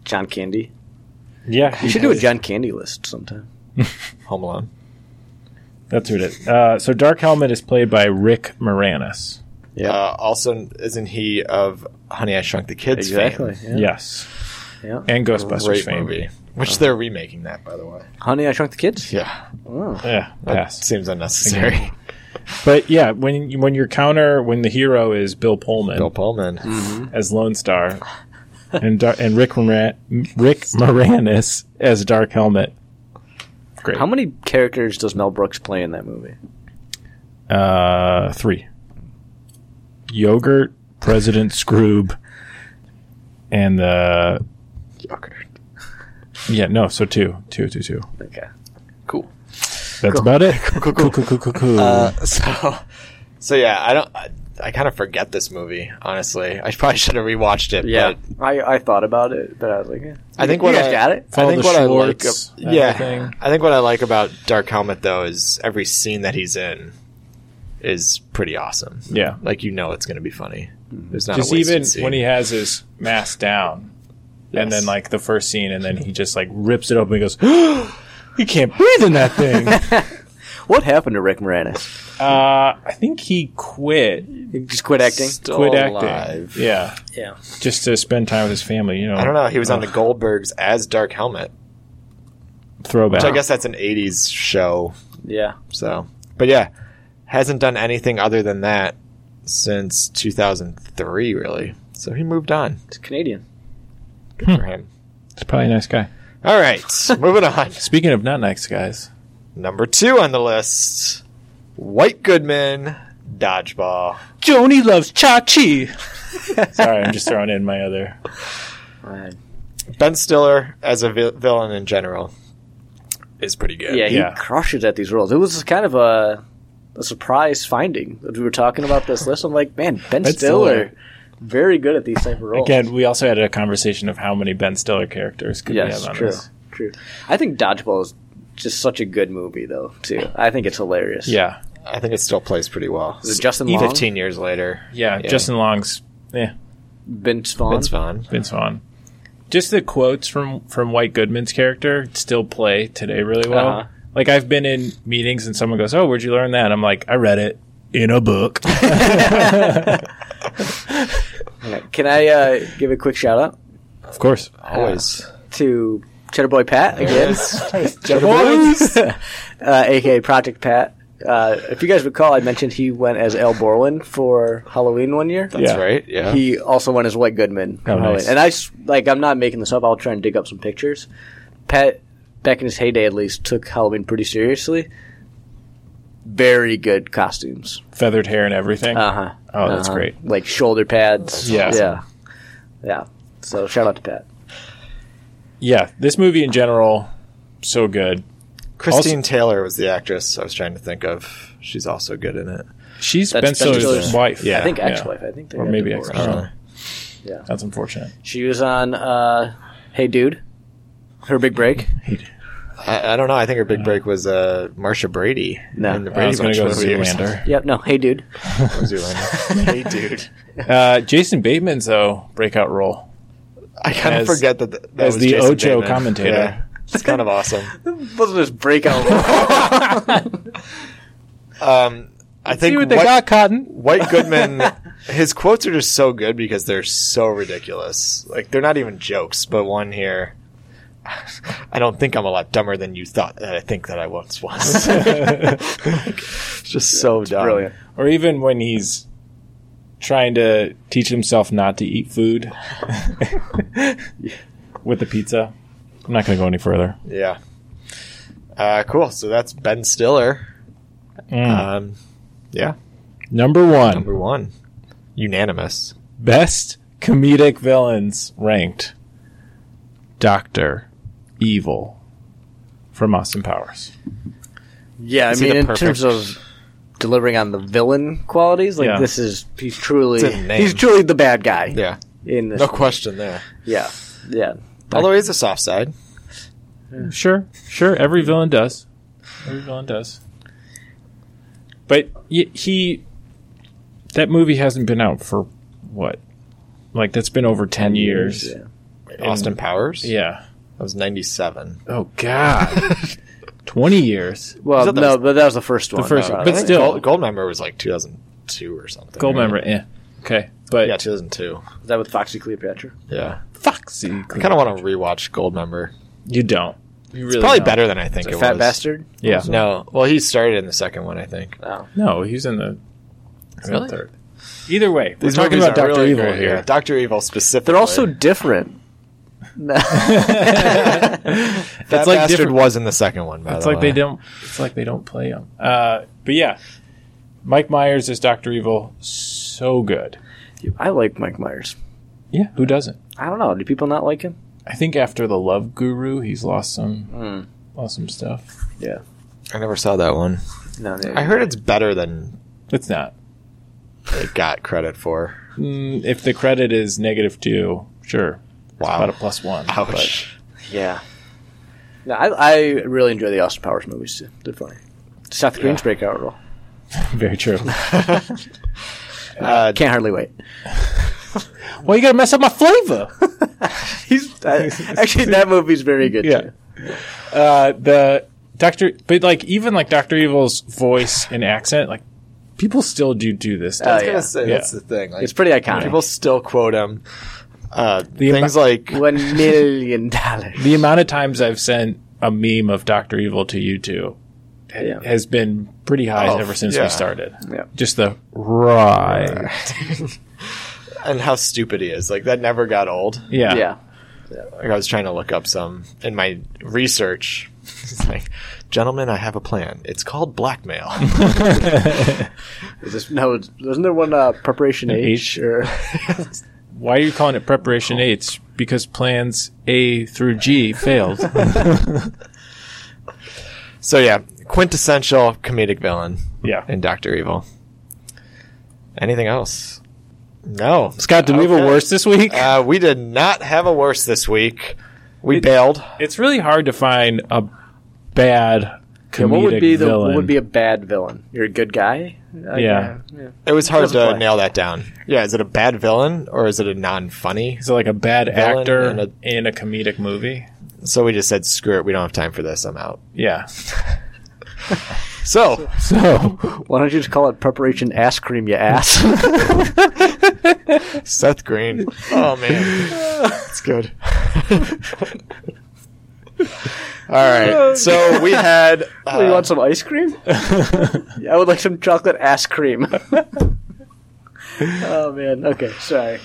Speaker 2: John Candy.
Speaker 3: Yeah.
Speaker 2: You should do a John Candy list sometime.
Speaker 1: Home Alone.
Speaker 3: That's what it is. Uh, so, Dark Helmet is played by Rick Moranis.
Speaker 2: Yeah.
Speaker 1: Uh, also, isn't he of Honey I Shrunk the Kids?
Speaker 2: Exactly.
Speaker 1: Fame?
Speaker 2: Yeah.
Speaker 3: Yes.
Speaker 2: Yeah.
Speaker 3: And Ghostbusters
Speaker 1: Great
Speaker 3: fame. Oh.
Speaker 1: movie. Which they're remaking that, by the way.
Speaker 2: Honey, I Shrunk the Kids.
Speaker 1: Yeah,
Speaker 2: Oh.
Speaker 3: Yeah.
Speaker 1: that
Speaker 3: Pass.
Speaker 1: seems unnecessary.
Speaker 3: But yeah, when when your counter, when the hero is Bill Pullman
Speaker 1: Bill Pullman.
Speaker 3: as Lone Star, and Dar- and Rick Moran- Rick Moranis as Dark Helmet. Great.
Speaker 2: How many characters does Mel Brooks play in that movie?
Speaker 3: Uh, three. Yogurt, President Scroob, and the
Speaker 1: Yogurt.
Speaker 3: yeah no, so two, two, two, two.
Speaker 2: Okay.
Speaker 1: Cool.
Speaker 3: That's about it. Cool, cool, cool, cool, cool.
Speaker 1: Uh, so, so yeah, I don't. I, I kind of forget this movie, honestly. I probably should have rewatched it.
Speaker 2: Yeah,
Speaker 1: but
Speaker 2: I, I thought about it, but I was like, eh.
Speaker 1: I think
Speaker 2: you
Speaker 1: what
Speaker 2: guys
Speaker 1: I-
Speaker 2: got it.
Speaker 3: Follow
Speaker 1: I think
Speaker 3: the
Speaker 1: what
Speaker 3: Schwartz,
Speaker 1: I
Speaker 3: that
Speaker 1: like, yeah,
Speaker 3: thing.
Speaker 1: I think what I like about Dark Helmet though is every scene that he's in is pretty awesome.
Speaker 3: yeah,
Speaker 1: Like you know it's going to be funny. There's not
Speaker 3: just
Speaker 1: a wasted
Speaker 3: even
Speaker 1: scene.
Speaker 3: when he has his mask down and then
Speaker 1: Yes.
Speaker 3: like the first scene and then he just like rips it open and goes you can't breathe in that thing uh,
Speaker 2: What happened to Rick Moranis?
Speaker 3: i think he quit
Speaker 2: He just quit acting.
Speaker 1: Still
Speaker 3: quit acting
Speaker 1: alive.
Speaker 3: yeah
Speaker 2: Yeah.
Speaker 3: just to spend time with his family you know
Speaker 1: I don't know. He was on
Speaker 3: Uh,
Speaker 1: the Goldbergs as Dark Helmet,
Speaker 3: throwback
Speaker 1: which
Speaker 3: uh-huh.
Speaker 1: I guess that's an '80s show.
Speaker 2: Yeah.
Speaker 1: So, but yeah, hasn't done anything other than that since 2003, really. So he moved on.
Speaker 2: He's Canadian.
Speaker 1: Good for him.
Speaker 3: It's probably a nice guy.
Speaker 1: All right, moving on.
Speaker 3: Speaking of not nice guys,
Speaker 1: Number two on the list White Goodman, Dodgeball.
Speaker 3: Joni loves Cha Chi. Sorry, I'm just throwing in my other.
Speaker 2: Right.
Speaker 1: Ben Stiller as a vi- villain in general is pretty good.
Speaker 2: Yeah, he
Speaker 3: Yeah.
Speaker 2: crushes at these roles. It was kind of a a surprise finding that we were talking about this list. I'm like, man, Ben,
Speaker 3: Ben
Speaker 2: Stiller,
Speaker 3: Stiller.
Speaker 2: very good at these type of roles.
Speaker 3: Again, we also had a conversation of how many Ben Stiller characters could we
Speaker 2: yes,
Speaker 3: have on
Speaker 2: true,
Speaker 3: this.
Speaker 2: true. I think Dodgeball is just such a good movie, though. Too, I think it's hilarious.
Speaker 3: Yeah,
Speaker 1: I think it still plays pretty well.
Speaker 2: Is it Justin
Speaker 1: Even
Speaker 2: Long?
Speaker 1: 15 years later.
Speaker 3: yeah.
Speaker 1: Yeah.
Speaker 3: Justin Long's yeah,
Speaker 2: Vince Vaughn.
Speaker 1: Vince Vaughn.
Speaker 3: Vince Vaughn. Just the quotes from from White Goodman's character still play today really well.
Speaker 2: Uh-huh.
Speaker 3: Like I've been in meetings and someone goes, "Oh, where'd you learn that?" I'm like, "I read it in a book."
Speaker 2: Yeah. Can I uh, give a quick shout out
Speaker 3: of course.
Speaker 1: Always.
Speaker 2: to Cheddar Boy Pat again? uh, aka Project Pat. Uh, if you guys recall, I mentioned he went as Al Borland for Halloween one year.
Speaker 1: That's
Speaker 3: Yeah.
Speaker 1: right. Yeah.
Speaker 2: He also went as White Goodman.
Speaker 3: Oh, nice.
Speaker 2: And I s- like I'm not making this up. I'll try and dig up some pictures. Pat back in his heyday at least took Halloween pretty seriously. Very good costumes.
Speaker 3: Feathered hair and everything.
Speaker 2: Uh-huh.
Speaker 3: Oh, that's
Speaker 2: Uh-huh.
Speaker 3: great.
Speaker 2: Like shoulder pads.
Speaker 3: Yes.
Speaker 2: Yeah. Yeah. So shout out to Pat.
Speaker 3: Yeah, this movie in general so good.
Speaker 1: Christine Taylor was the actress I was trying to think of. She's also good in it.
Speaker 3: She's
Speaker 2: That's
Speaker 3: Ben
Speaker 2: Ben
Speaker 3: Stiller's
Speaker 2: Stiller's-
Speaker 3: wife.
Speaker 1: Yeah.
Speaker 2: I think
Speaker 3: yeah.
Speaker 2: ex-wife. I think they
Speaker 3: Or
Speaker 2: got
Speaker 3: maybe
Speaker 2: divorced.
Speaker 3: ex- Oh.
Speaker 2: Yeah.
Speaker 3: That's unfortunate.
Speaker 2: She was on uh, Hey Dude. Her big break.
Speaker 1: I, I don't know. I think her big break was uh, Marsha Brady.
Speaker 2: No.
Speaker 1: in the
Speaker 3: I was
Speaker 1: Brady
Speaker 3: going to
Speaker 1: Bunch
Speaker 3: go
Speaker 1: movie or
Speaker 3: Zoolander.
Speaker 2: Yep. No. Hey Dude.
Speaker 1: something. Zoolander. hey, dude.
Speaker 3: Uh, Jason Bateman's though breakout role.
Speaker 1: I kind
Speaker 3: As-
Speaker 1: of forget that, th- that
Speaker 3: as
Speaker 1: was
Speaker 3: the
Speaker 1: Jason
Speaker 3: Ocho
Speaker 1: Bateman.
Speaker 3: commentator.
Speaker 1: Yeah. It's kind of awesome.
Speaker 2: Wasn't his breakout.
Speaker 1: Um, I think what-
Speaker 3: Cotton.
Speaker 1: White Goodman, his quotes are just so good because they're so ridiculous. Like they're not even jokes. But one here, I don't think I'm a lot dumber than you thought that I think that I once was. Like, it's just so dumb.
Speaker 2: Brilliant.
Speaker 3: Or even when he's trying to teach himself not to eat food with the pizza. I'm not going to go any further.
Speaker 1: Yeah. Uh, cool. So that's Ben Stiller.
Speaker 3: Mm.
Speaker 1: Um, yeah,
Speaker 3: Number one,
Speaker 1: number one, unanimous.
Speaker 3: best comedic villains ranked: Doctor Evil from Austin Powers.
Speaker 2: Yeah, I
Speaker 1: Is he
Speaker 2: mean,
Speaker 1: the
Speaker 2: in
Speaker 1: perfect-
Speaker 2: terms of delivering on the villain qualities, like
Speaker 3: Yeah.
Speaker 2: this is he's truly
Speaker 1: It's in the name.
Speaker 2: he's truly the bad guy.
Speaker 1: Yeah,
Speaker 2: In this,
Speaker 1: no question there.
Speaker 2: yeah, yeah.
Speaker 1: Although he's a soft side.
Speaker 3: Sure, sure. Every villain does. Every villain does. But y- he, that movie hasn't been out for what? Like that's been over ten years.
Speaker 2: Yeah.
Speaker 1: Austin Powers.
Speaker 3: Yeah.
Speaker 1: that was '97.
Speaker 3: Oh God. Twenty years.
Speaker 2: Well,
Speaker 1: that the-
Speaker 2: no, but that was the first one. uh,
Speaker 3: first
Speaker 2: no,
Speaker 3: one,
Speaker 2: no,
Speaker 3: but
Speaker 2: no.
Speaker 3: still-
Speaker 1: Gold, Member was like 2002 or something.
Speaker 3: Gold
Speaker 1: right?
Speaker 3: member. Yeah. Okay. But
Speaker 1: Yeah, 2002.
Speaker 2: was that with Foxy Cleopatra?
Speaker 1: Yeah.
Speaker 3: Foxy.
Speaker 1: I kind of want to rewatch Goldmember.
Speaker 3: You don't. You really
Speaker 1: It's probably
Speaker 3: don't.
Speaker 1: better than I think it
Speaker 2: Fat
Speaker 1: was.
Speaker 2: bastard.
Speaker 3: Yeah.
Speaker 1: No. Well, he started in the second one, I think.
Speaker 3: No, he's in the he's in the
Speaker 1: Really?
Speaker 3: third. Either way, we're
Speaker 1: These
Speaker 3: talking
Speaker 1: movies
Speaker 3: about
Speaker 1: are
Speaker 3: Doctor
Speaker 1: really
Speaker 3: Evil
Speaker 1: great, yeah.
Speaker 3: here.
Speaker 1: Doctor Evil specifically.
Speaker 2: They're also different.
Speaker 1: Fat
Speaker 3: It's like
Speaker 1: Bastard
Speaker 3: different-
Speaker 1: was in the second one, by
Speaker 3: It's
Speaker 1: the
Speaker 3: like
Speaker 1: way.
Speaker 3: they don't. It's like they don't play him. Uh, but yeah, Mike Myers as Doctor Evil, so good.
Speaker 2: I like Mike Myers.
Speaker 3: Yeah, who doesn't?
Speaker 2: I don't know. Do people not like him?
Speaker 3: I think after the Love Guru, he's lost some
Speaker 1: Hmm.
Speaker 3: lost some stuff.
Speaker 2: Yeah.
Speaker 1: I never saw that one.
Speaker 2: No, no,
Speaker 1: I heard it's better than
Speaker 3: It's not.
Speaker 1: it got credit for.
Speaker 3: Mm, if the credit is negative two, sure, about a
Speaker 1: Wow.
Speaker 3: plus one. but-
Speaker 1: Ouch.
Speaker 2: Yeah. No, I, I really enjoy the Austin Powers movies. Too. They're funny. Seth Green's breakout role.
Speaker 3: very true.
Speaker 1: Uh,
Speaker 2: Can't hardly wait.
Speaker 3: well, you gotta mess up my flavor.
Speaker 2: He's I- actually that movie's very good.
Speaker 3: yeah.
Speaker 2: Too.
Speaker 3: Uh, the Doctor, but like even like Doctor Evil's voice and accent, like people still do do this.
Speaker 1: I
Speaker 3: Stuff.
Speaker 1: was
Speaker 2: yeah.
Speaker 1: gonna say
Speaker 3: Yeah.
Speaker 1: that's the thing. Like,
Speaker 2: It's pretty iconic.
Speaker 1: people still quote him. Uh,
Speaker 3: The
Speaker 1: things like
Speaker 2: One million dollars.
Speaker 3: the amount of times I've sent a meme of Doctor Evil to you two
Speaker 2: Yeah.
Speaker 3: has been pretty high
Speaker 1: Oh,
Speaker 3: ever since
Speaker 1: yeah.
Speaker 3: we started.
Speaker 2: Yeah.
Speaker 3: Just the right.
Speaker 1: and how stupid he is. Like that never got old.
Speaker 3: Yeah.
Speaker 2: Yeah.
Speaker 1: Like, I was trying to look up some in my research. It's like, gentlemen, I have a plan. It's called blackmail.
Speaker 2: Is this, no, it's- wasn't there one uh, preparation H?
Speaker 3: H.
Speaker 2: Or
Speaker 3: Why are you calling it preparation H? It's Because plans A through G failed.
Speaker 1: so yeah, quintessential comedic villain
Speaker 3: yeah.
Speaker 1: in Doctor Evil. Anything else? No,
Speaker 3: Scott, did we have
Speaker 1: Okay.
Speaker 3: a worse this week?
Speaker 1: Uh, we did not have a worse this week. We bailed.
Speaker 3: it's really hard to find a bad comedic
Speaker 2: Yeah, what would be the
Speaker 3: villain.
Speaker 2: what would be a bad villain? You're a good guy. Uh,
Speaker 3: Yeah.
Speaker 2: yeah.
Speaker 1: It was hard
Speaker 2: Doesn't
Speaker 1: to
Speaker 2: play.
Speaker 1: nail that down. Yeah, is it a bad villain or is it a non-funny?
Speaker 3: Is it like a bad
Speaker 1: Villain
Speaker 3: actor
Speaker 1: in
Speaker 3: in
Speaker 1: a-
Speaker 3: a, comedic movie?
Speaker 1: So we just said, screw it, we don't have time for this. I'm out.
Speaker 3: Yeah.
Speaker 1: So
Speaker 3: So
Speaker 2: Why don't you just call it preparation ass cream? You ass.
Speaker 1: Seth Green. Oh man, it's good. All right. So we had.
Speaker 2: Oh, you
Speaker 1: Uh,
Speaker 2: want some ice cream? I would like some chocolate ass cream. oh man. Okay. Sorry.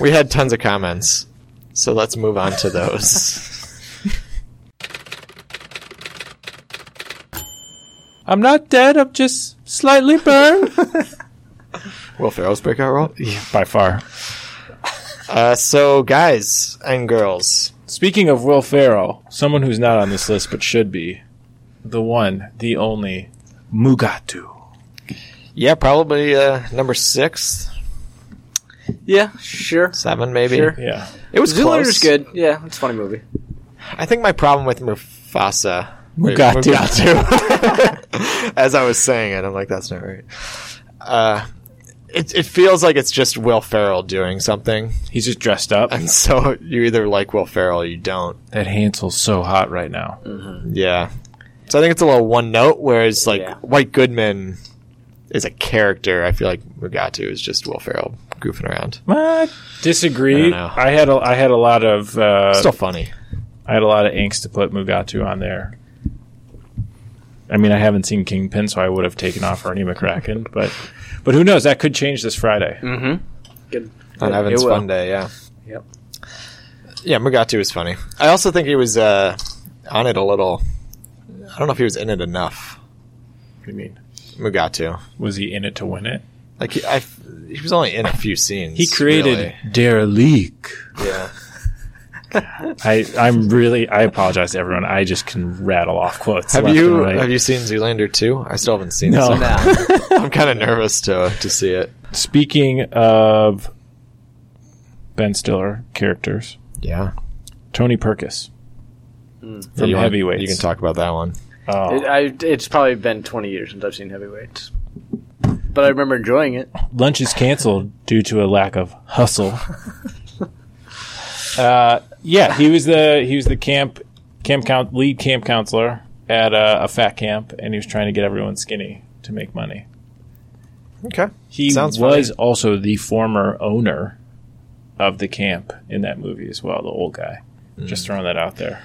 Speaker 1: we had tons of comments. So let's move on to those.
Speaker 3: I'm not dead. I'm just slightly burned.
Speaker 1: Will Ferrell's breakout role.
Speaker 3: By far.
Speaker 1: Uh, so guys and girls,
Speaker 3: Speaking of Will Ferrell, someone who's not on this list but should be, the one, the only, Mugatu.
Speaker 1: yeah, probably uh, number six,
Speaker 2: Yeah. Sure.
Speaker 1: seven, maybe.
Speaker 2: Sure.
Speaker 3: Yeah.
Speaker 1: It was
Speaker 2: Zoolander's
Speaker 1: close.
Speaker 2: good. Yeah, it's a funny movie.
Speaker 1: I think my problem with Mufasa. wait,
Speaker 3: Mugatu.
Speaker 1: Mugatu. As I was saying it, I'm like, that's not right. Uh, it, it feels like it's just Will Ferrell doing something.
Speaker 3: He's just dressed up.
Speaker 1: And so you either like Will Ferrell or you don't.
Speaker 3: That Hansel's so hot right now.
Speaker 1: Yeah. So I think it's a little one note, whereas like
Speaker 2: Yeah.
Speaker 1: White Goodman is a character. I feel like Mugatu is just Will Ferrell goofing around.
Speaker 3: I
Speaker 1: I don't
Speaker 3: disagree.
Speaker 1: know.
Speaker 3: I, had a, I had a lot of uh,
Speaker 1: Still funny.
Speaker 3: I had a lot of angst to put Mugatu on there. I mean, I haven't seen Kingpin, so I would have taken off Ernie McCracken, but but who knows? That could change this Friday.
Speaker 2: Mm-hmm. Good.
Speaker 1: On
Speaker 2: It-
Speaker 1: Evan's
Speaker 2: it will.
Speaker 1: Fun Day, yeah.
Speaker 2: Yep.
Speaker 1: Yeah, Mugatu was funny. I also think he was uh, on it a little. I don't know if he was in it enough.
Speaker 3: What do you mean?
Speaker 1: Mugatu.
Speaker 3: Was he in it to win it?
Speaker 1: Like he, I, he was only in a few scenes.
Speaker 3: He created Dare Leak.
Speaker 1: really. Yeah.
Speaker 3: I I'm really I apologize to everyone. I just can rattle off quotes.
Speaker 1: Have
Speaker 3: left
Speaker 1: you
Speaker 3: and right.
Speaker 1: have you seen Zoolander 2? I still haven't seen
Speaker 3: No.
Speaker 1: it. so
Speaker 2: Now,
Speaker 1: I'm kind of nervous to to see it.
Speaker 3: Speaking of Ben Stiller characters,
Speaker 1: Yeah.
Speaker 3: Tony Perkis from
Speaker 1: Hmm. you want-
Speaker 3: Heavyweights.
Speaker 1: you can talk about that one.
Speaker 3: Oh,
Speaker 2: it, I, it's probably been 20 years since I've seen Heavyweights, but I remember enjoying it.
Speaker 3: lunch is canceled due to a lack of hustle. uh, yeah, he was the he was the camp camp count, lead camp counselor at a, a fat camp, and he was trying to get everyone skinny to make money.
Speaker 1: Okay.
Speaker 3: He
Speaker 1: Sounds
Speaker 3: was also the former owner of the camp in that movie as well, the old guy. Just throwing that out there.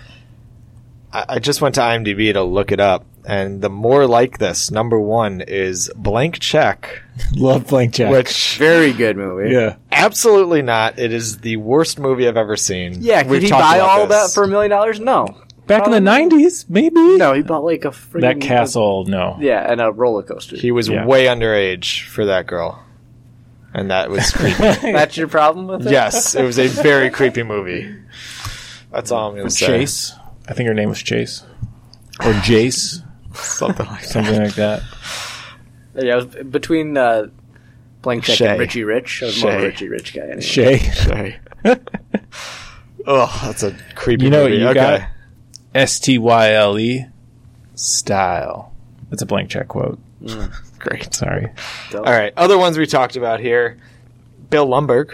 Speaker 1: I, I just went to IMDb to look it up, and the more like this number one is Blank Check,
Speaker 3: Love blank check.
Speaker 1: which
Speaker 2: Very good movie.
Speaker 3: yeah,
Speaker 1: absolutely not. It is the worst movie I've ever seen.
Speaker 2: Yeah, could
Speaker 1: We've
Speaker 2: he
Speaker 1: talked
Speaker 2: buy
Speaker 1: about
Speaker 2: all that
Speaker 1: this.
Speaker 2: for a million dollars? No.
Speaker 3: back in the nineties, maybe.
Speaker 2: Um, No, he bought like a freaking
Speaker 3: that castle. No,
Speaker 2: yeah, and a roller coaster.
Speaker 1: He was
Speaker 3: Yeah.
Speaker 1: way underage for that girl, and that was creepy.
Speaker 2: That's your problem with it?
Speaker 1: yes, it was a very creepy movie. That's all I'm gonna say.
Speaker 3: Chase. I think her name was Chase or Jace.
Speaker 1: something like that.
Speaker 3: something like that.
Speaker 2: Yeah, it was between uh, Blank Check
Speaker 1: Shay.
Speaker 2: and Richie Rich. I was more of a
Speaker 1: Shay.
Speaker 2: Richie Rich guy. Anyway.
Speaker 3: Shay,
Speaker 1: Sorry. oh, that's a creepy.
Speaker 3: You know what
Speaker 1: movie.
Speaker 3: you
Speaker 1: okay.
Speaker 3: got? S T Y L E, style. That's a blank check quote.
Speaker 1: Great.
Speaker 3: Sorry.
Speaker 2: So-
Speaker 1: All right, other ones we talked about here: Bill Lumberg,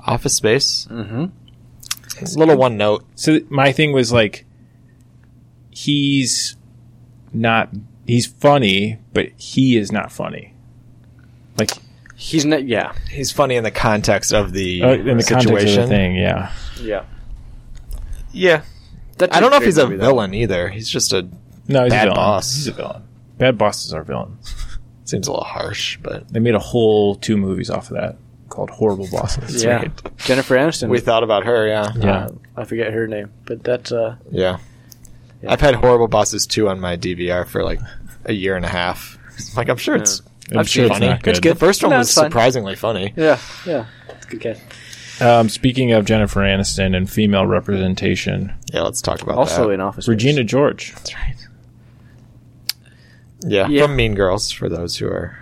Speaker 1: Office Space.
Speaker 3: Mm.
Speaker 2: Mhm.
Speaker 1: It's a little one note.
Speaker 3: So th- my thing was like, he's not. He's funny, but he is not funny. Like
Speaker 2: He's not. Yeah.
Speaker 1: He's funny in the context of the,
Speaker 3: uh, in the
Speaker 1: situation.
Speaker 3: context of the thing, yeah.
Speaker 2: Yeah.
Speaker 1: Yeah,
Speaker 2: That's
Speaker 1: I don't know if
Speaker 2: great
Speaker 1: he's a
Speaker 2: movie, though.
Speaker 1: villain either. He's just a
Speaker 3: No, he's
Speaker 1: Bad
Speaker 3: a villain.
Speaker 1: boss.
Speaker 3: He's a villain. Bad bosses are villains.
Speaker 1: seems a little harsh, but
Speaker 3: They made a whole two movies off of that. called Horrible Bosses.
Speaker 2: yeah, Jennifer Aniston.
Speaker 1: We thought about her, yeah.
Speaker 3: Yeah.
Speaker 2: I forget her name, but that's uh,
Speaker 1: Yeah.
Speaker 2: Yeah.
Speaker 1: I've had horrible bosses too on my DVR for like a year and a half. Like I'm sure it's
Speaker 3: I'm sure it's
Speaker 1: funny.
Speaker 3: not good.
Speaker 2: It's good.
Speaker 1: the first one
Speaker 2: No,
Speaker 1: was
Speaker 2: it's fine.
Speaker 1: surprisingly funny.
Speaker 2: yeah, yeah. It's a good catch.
Speaker 3: Um, speaking of Jennifer Aniston and female representation,
Speaker 1: Yeah, let's talk about
Speaker 2: Also
Speaker 1: that.
Speaker 2: in Office. Space.
Speaker 3: Regina George.
Speaker 2: That's right.
Speaker 1: Yeah,
Speaker 2: Yeah.
Speaker 1: from Mean Girls for those who are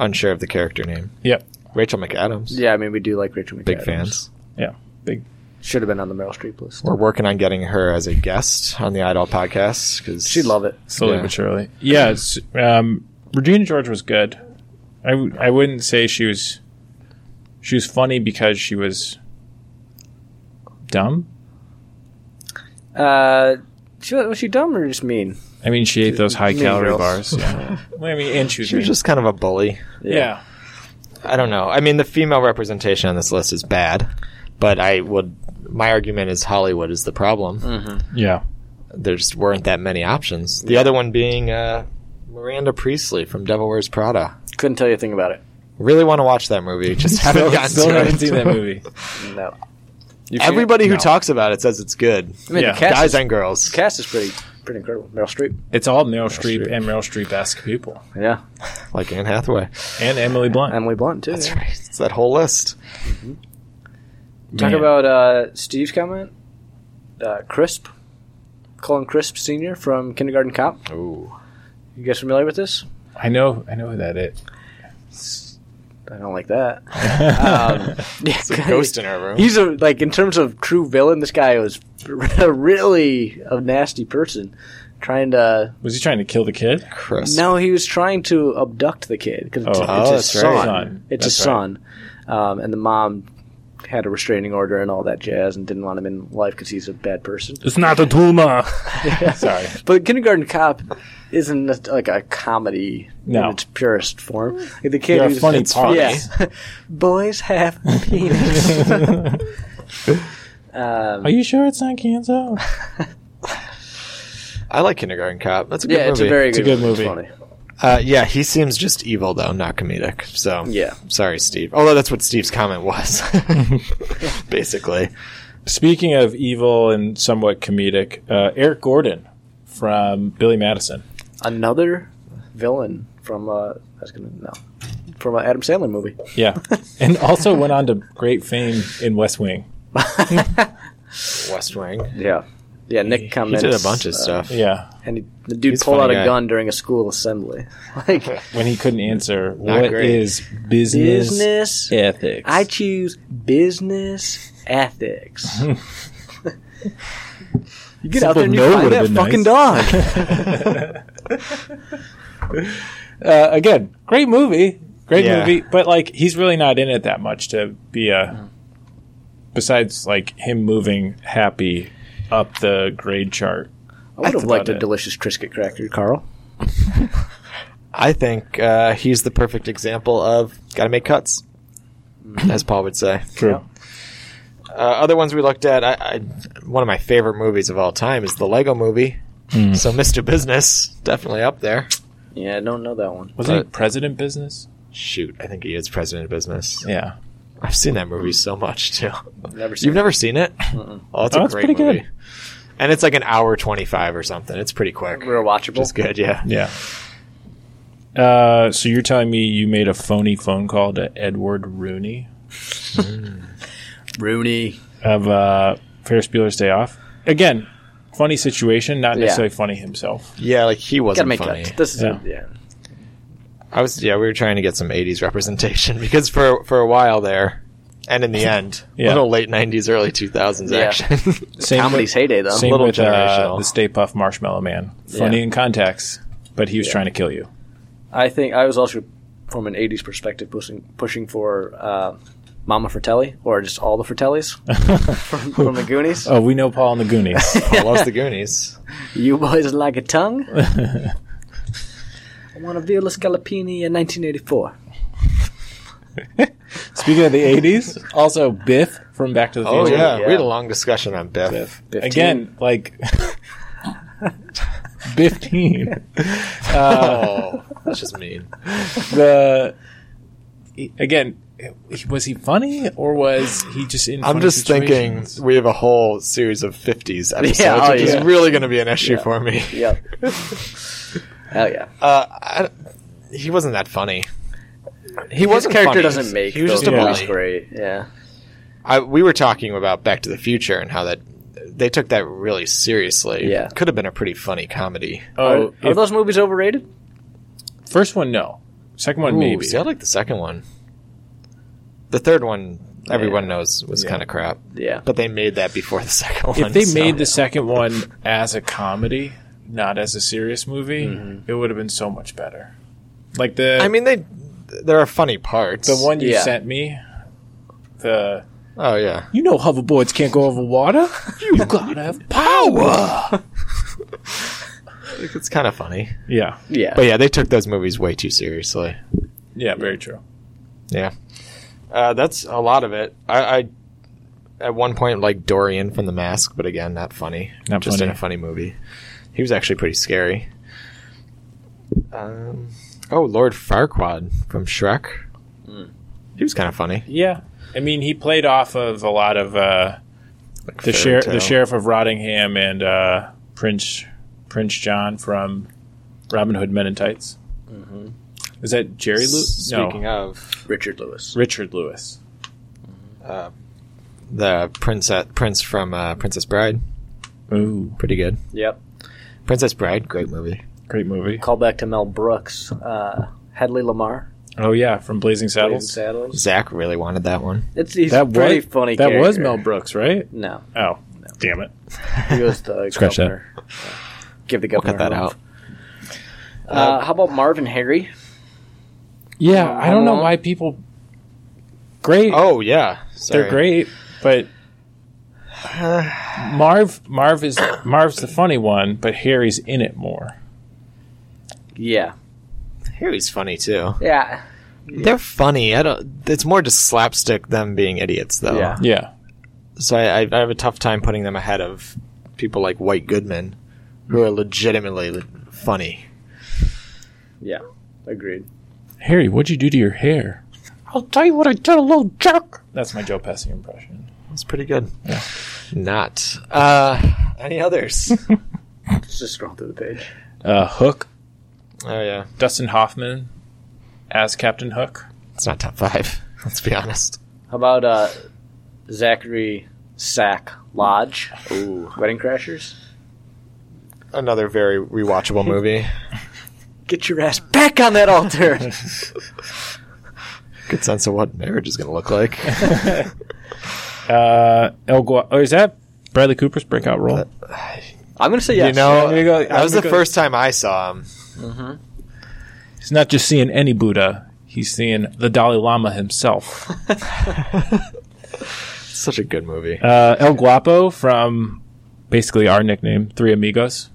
Speaker 1: unsure of the character name.
Speaker 3: Yep.
Speaker 1: Rachel McAdams.
Speaker 2: Yeah, I mean, we do like Rachel McAdams.
Speaker 1: Big fans.
Speaker 3: Yeah. Big.
Speaker 2: Should have been on the Meryl Streep list.
Speaker 1: We're working on getting her as a guest on the Idol podcast because
Speaker 2: She'd love it.
Speaker 3: Slowly
Speaker 1: Yeah.
Speaker 3: but surely. Yeah. it's, Um, Regina George was good. I, w- I wouldn't say she was. She was funny because she was dumb.
Speaker 2: Uh, she was, was she dumb or just mean?
Speaker 3: I mean, she ate those high
Speaker 2: Mean
Speaker 3: calorie
Speaker 2: girls.
Speaker 3: bars. Yeah. Well, I mean, and she was,
Speaker 1: She was
Speaker 3: mean.
Speaker 1: just kind of a bully.
Speaker 3: yeah.
Speaker 1: I don't know. I mean, the female representation on this list is bad, but I would. My argument is Hollywood is the problem.
Speaker 3: Yeah.
Speaker 1: There just weren't that many options. The other one being uh, Miranda Priestley from Devil Wears Prada.
Speaker 2: Couldn't tell you a thing about it.
Speaker 1: Really want to watch that movie. Just haven't
Speaker 3: Still,
Speaker 1: gotten
Speaker 3: still
Speaker 1: to
Speaker 3: haven't
Speaker 1: it.
Speaker 3: seen that movie.
Speaker 2: No.
Speaker 3: You've seen it?
Speaker 1: Everybody who
Speaker 3: No.
Speaker 1: talks about it says it's good.
Speaker 2: I mean,
Speaker 3: Yeah.
Speaker 2: the cast
Speaker 1: Guys
Speaker 2: is,
Speaker 1: and girls.
Speaker 2: cast is pretty pretty incredible. Meryl Streep.
Speaker 3: It's all Meryl, Streep,
Speaker 1: Streep.
Speaker 3: and Meryl Streep esque people.
Speaker 2: Yeah.
Speaker 1: Like Anne Hathaway.
Speaker 3: And Emily Blunt.
Speaker 2: Emily Blunt too. yeah.
Speaker 1: right. It's that whole list.
Speaker 2: Talk
Speaker 3: Man.
Speaker 2: about uh, Steve's comment. Uh, Crisp, Colin Crisp Senior from Kindergarten Cop.
Speaker 1: Ooh.
Speaker 2: You guys familiar with this?
Speaker 3: I know I know who that is.
Speaker 2: I don't like that. Um, yeah,
Speaker 1: It's a ghost in her room.
Speaker 2: He's a like in terms of true villain. This guy was really a nasty person, trying to.
Speaker 3: Was he trying to kill the kid?
Speaker 1: Chris.
Speaker 2: No, he was trying to abduct the kid because it's,
Speaker 3: Oh.
Speaker 2: it's
Speaker 3: Oh,
Speaker 2: his
Speaker 1: that's right.
Speaker 2: son.
Speaker 3: Son.
Speaker 2: It's
Speaker 3: That's
Speaker 2: his son, um, and the mom had a restraining order and all that jazz, and didn't want him in life because he's a bad person.
Speaker 3: It's not a tumor. Sorry.
Speaker 2: But Kindergarten Cop isn't just, like a comedy
Speaker 3: No.
Speaker 2: in its purest form. Like, the kid
Speaker 3: You're a
Speaker 2: who's
Speaker 3: funny
Speaker 2: it's
Speaker 3: party.
Speaker 2: Yeah. Boys have penis. um,
Speaker 3: Are you sure it's not Kanzo?
Speaker 1: I like Kindergarten Cop. That's a good
Speaker 2: yeah,
Speaker 1: movie.
Speaker 2: it's a very
Speaker 3: It's
Speaker 2: good,
Speaker 3: a good
Speaker 2: movie. It's
Speaker 3: movie.
Speaker 2: funny.
Speaker 1: Uh, yeah, he seems just evil though, not comedic. So
Speaker 2: Yeah.
Speaker 1: sorry, Steve. Although that's what Steve's comment was, basically.
Speaker 3: Speaking of evil and somewhat comedic, uh, Eric Gordon from Billy Madison.
Speaker 2: Another villain from uh, I was gonna no from an Adam Sandler movie.
Speaker 3: Yeah. and also went on to great fame in West Wing.
Speaker 1: West Wing.
Speaker 2: Yeah, yeah.
Speaker 3: He-
Speaker 2: Nick
Speaker 1: He
Speaker 2: comments
Speaker 1: did a bunch of
Speaker 2: uh,
Speaker 1: stuff.
Speaker 3: Yeah.
Speaker 2: and he, the dude
Speaker 1: He's a
Speaker 2: pulled out
Speaker 1: funny
Speaker 2: a
Speaker 1: guy.
Speaker 2: gun during a school assembly. Like
Speaker 3: When he couldn't answer, what
Speaker 1: great.
Speaker 3: is business,
Speaker 2: business,
Speaker 3: ethics?
Speaker 2: I choose business ethics. you get out there and you
Speaker 3: Simple no
Speaker 2: find
Speaker 3: would've
Speaker 2: that
Speaker 3: been
Speaker 2: fucking dog.
Speaker 3: uh, again, great movie, great
Speaker 1: Yeah.
Speaker 3: movie, but like he's really not in it that much to be a. Besides, like him moving happy up the grade chart.
Speaker 2: I would
Speaker 3: That's
Speaker 2: have liked
Speaker 3: about
Speaker 2: a
Speaker 3: it.
Speaker 2: delicious Triscuit cracker, Carl.
Speaker 1: I think uh, he's the perfect example of gotta make cuts, as Paul would say.
Speaker 3: True.
Speaker 1: Uh, other ones we looked at, I, I one of my favorite movies of all time is the Lego Movie.
Speaker 3: Hmm.
Speaker 1: So Mr. Business definitely up there.
Speaker 2: Yeah, I don't know that one.
Speaker 3: Wasn't
Speaker 1: But-
Speaker 3: it president business?
Speaker 1: Shoot, I think he is president of business.
Speaker 3: Yeah.
Speaker 1: I've seen that movie so much too.
Speaker 2: Never seen.
Speaker 1: You've never seen it? Oh, it's
Speaker 3: Oh,
Speaker 1: a
Speaker 3: it's
Speaker 1: great
Speaker 3: pretty
Speaker 1: movie.
Speaker 3: good.
Speaker 1: And it's like an hour twenty five or something. It's pretty quick.
Speaker 2: it. Real watchable.
Speaker 1: It's good, yeah.
Speaker 3: Yeah. Uh, so you're telling me you made a phony phone call to Edward Rooney
Speaker 2: Rooney.
Speaker 3: of uh, Ferris Bueller's Day Off? Again, funny situation, not
Speaker 2: Yeah.
Speaker 3: necessarily funny himself.
Speaker 1: Yeah, like he
Speaker 2: Gotta
Speaker 1: wasn't
Speaker 2: make
Speaker 1: funny.
Speaker 2: cuts. This is
Speaker 3: Yeah.
Speaker 2: it. Yeah.
Speaker 1: I was yeah, we were trying to get some eighties representation because for for a while there and in the end,
Speaker 3: Yeah.
Speaker 1: little late nineties, early two thousands
Speaker 2: Yeah.
Speaker 1: action.
Speaker 3: Same
Speaker 2: Comedy's heyday, though.
Speaker 3: Same
Speaker 1: little
Speaker 3: with uh,
Speaker 1: generational.
Speaker 3: the Stay Puff Marshmallow Man. Funny
Speaker 2: Yeah.
Speaker 3: in context, but he was trying to kill you.
Speaker 2: I think I was also, from an '80s perspective, pushing pushing for uh, Mama Fratelli or just all the Fratellis from, from the Goonies.
Speaker 3: Oh, we know Paul and the Goonies.
Speaker 1: I loves the Goonies.
Speaker 2: You boys like a tongue? I want a Viola Scalapini in 1984.
Speaker 3: Speaking of the '80s, also Biff from Back to the
Speaker 1: Oh
Speaker 3: Future.
Speaker 1: yeah.
Speaker 2: yeah.
Speaker 1: we had a long discussion on Biff.
Speaker 3: Biff.
Speaker 2: 15.
Speaker 3: Again, like fifteen.
Speaker 1: Oh, that's just mean.
Speaker 3: The again, was he funny or was he just in?
Speaker 1: I'm
Speaker 3: funny
Speaker 1: just thinking
Speaker 3: situations?
Speaker 1: we have a whole series of 50s episodes,
Speaker 2: Yeah, oh,
Speaker 1: which
Speaker 2: yeah.
Speaker 1: is really going to be an issue for me.
Speaker 2: Yep. Hell yeah.
Speaker 1: Uh, I, he wasn't that funny. He
Speaker 2: His
Speaker 1: wasn't
Speaker 2: character
Speaker 1: funny.
Speaker 2: doesn't make
Speaker 1: He was
Speaker 2: those
Speaker 1: just a
Speaker 3: movies
Speaker 1: bully.
Speaker 2: great. Yeah.
Speaker 1: I, we were talking about Back to the Future and how that they took that really seriously.
Speaker 2: Yeah.
Speaker 1: could have been a pretty funny comedy.
Speaker 2: Are,
Speaker 3: Oh,
Speaker 2: are
Speaker 3: if-
Speaker 2: those movies overrated?
Speaker 3: first one no, second one maybe.
Speaker 1: See, I like the second one. The third one, everyone
Speaker 2: Yeah.
Speaker 1: knows, was
Speaker 3: Yeah.
Speaker 1: kind of crap.
Speaker 2: Yeah.
Speaker 1: But they made that before the second one.
Speaker 3: If they
Speaker 1: so-
Speaker 3: made the second one as a comedy, not as a serious movie, it would have been so much better. Like the
Speaker 1: I mean, they there are funny parts.
Speaker 3: the one you
Speaker 2: Yeah.
Speaker 3: sent me, the
Speaker 1: Oh yeah.
Speaker 3: you know hoverboards can't go over water. You gotta have power.
Speaker 1: It's kind of funny.
Speaker 3: Yeah,
Speaker 2: Yeah.
Speaker 1: But yeah, they took those movies way too seriously.
Speaker 3: yeah, very true.
Speaker 1: Yeah. Uh, that's a lot of it. I, I at one point liked Dorian from The Mask, but again, not funny.
Speaker 3: Not
Speaker 1: Just
Speaker 3: funny.
Speaker 1: in a funny movie. He was actually pretty scary. Um, oh, Lord Farquaad from Shrek. Hmm. He was kind of funny.
Speaker 3: Yeah, I mean he played off of a lot of uh,
Speaker 1: Like
Speaker 3: the
Speaker 1: fairy
Speaker 3: sheriff,
Speaker 1: tale.
Speaker 3: the sheriff of Rottingham, and uh, Prince Prince John from Robin Hood Men in Tights. Is that Jerry Lewis? No,
Speaker 1: Mm-hmm. Speaking of
Speaker 2: Richard Lewis.
Speaker 3: Richard Lewis.
Speaker 1: the princess, prince from uh, Princess Bride,
Speaker 3: Ooh,
Speaker 1: pretty good.
Speaker 2: Yep.
Speaker 1: Princess Bride, great movie.
Speaker 3: great movie.
Speaker 2: Call back to Mel Brooks. Uh, Hedley Lamar.
Speaker 3: Oh yeah, from Blazing
Speaker 2: Blazing
Speaker 3: Saddles.
Speaker 2: Saddles.
Speaker 1: Zach really wanted that one.
Speaker 2: It's he's
Speaker 3: That
Speaker 2: a pretty
Speaker 3: was
Speaker 2: funny.
Speaker 3: That was
Speaker 2: character.
Speaker 3: Mel Brooks, right?
Speaker 2: No,
Speaker 3: Oh, damn it.
Speaker 2: he was the
Speaker 3: Scratch that.
Speaker 2: governor. Yeah. Give the governor.
Speaker 1: Cut that
Speaker 2: a
Speaker 1: out.
Speaker 2: laugh. Uh, how about Marvin Harry?
Speaker 3: Yeah, I don't know why people. Great,
Speaker 1: Oh yeah, Sorry.
Speaker 3: they're great, but Marv Marv is Marv's the funny one, but Harry's in it more.
Speaker 2: Yeah.
Speaker 1: Harry's funny too.
Speaker 2: Yeah.
Speaker 1: They're funny. I don't. It's more just slapstick them being idiots, though.
Speaker 2: Yeah.
Speaker 3: Yeah,
Speaker 1: So I, I, I have a tough time putting them ahead of people like White Goodman, who are legitimately le- funny.
Speaker 2: Yeah. Agreed.
Speaker 3: Harry, what'd you do to your hair? I'll tell you what I did, a little jerk. That's my Joe Pesci impression.
Speaker 1: That's pretty good. Not. Uh, any others? oh
Speaker 2: Let's just scroll through the page.
Speaker 3: Uh, Hook,
Speaker 1: Oh, yeah,
Speaker 3: Dustin Hoffman as Captain Hook.
Speaker 1: it's not top five. Let's be honest.
Speaker 2: How about uh, Zachary Sack Lodge? Ooh. Wedding Crashers?
Speaker 1: Another very rewatchable movie.
Speaker 2: Get your ass back on that altar!
Speaker 1: Good sense of what marriage is going to look like.
Speaker 3: Uh, El Gua- oh, is that Bradley Cooper's breakout role?
Speaker 2: I'm going to say yes.
Speaker 1: You know,
Speaker 3: I'm gonna go-
Speaker 1: that was
Speaker 3: I'm
Speaker 1: the
Speaker 3: gonna go-
Speaker 1: first time I saw him.
Speaker 3: He's not just seeing any Buddha; he's seeing the Dalai Lama himself.
Speaker 1: Such a good movie.
Speaker 3: Uh, El Guapo from basically our nickname, Three Amigos.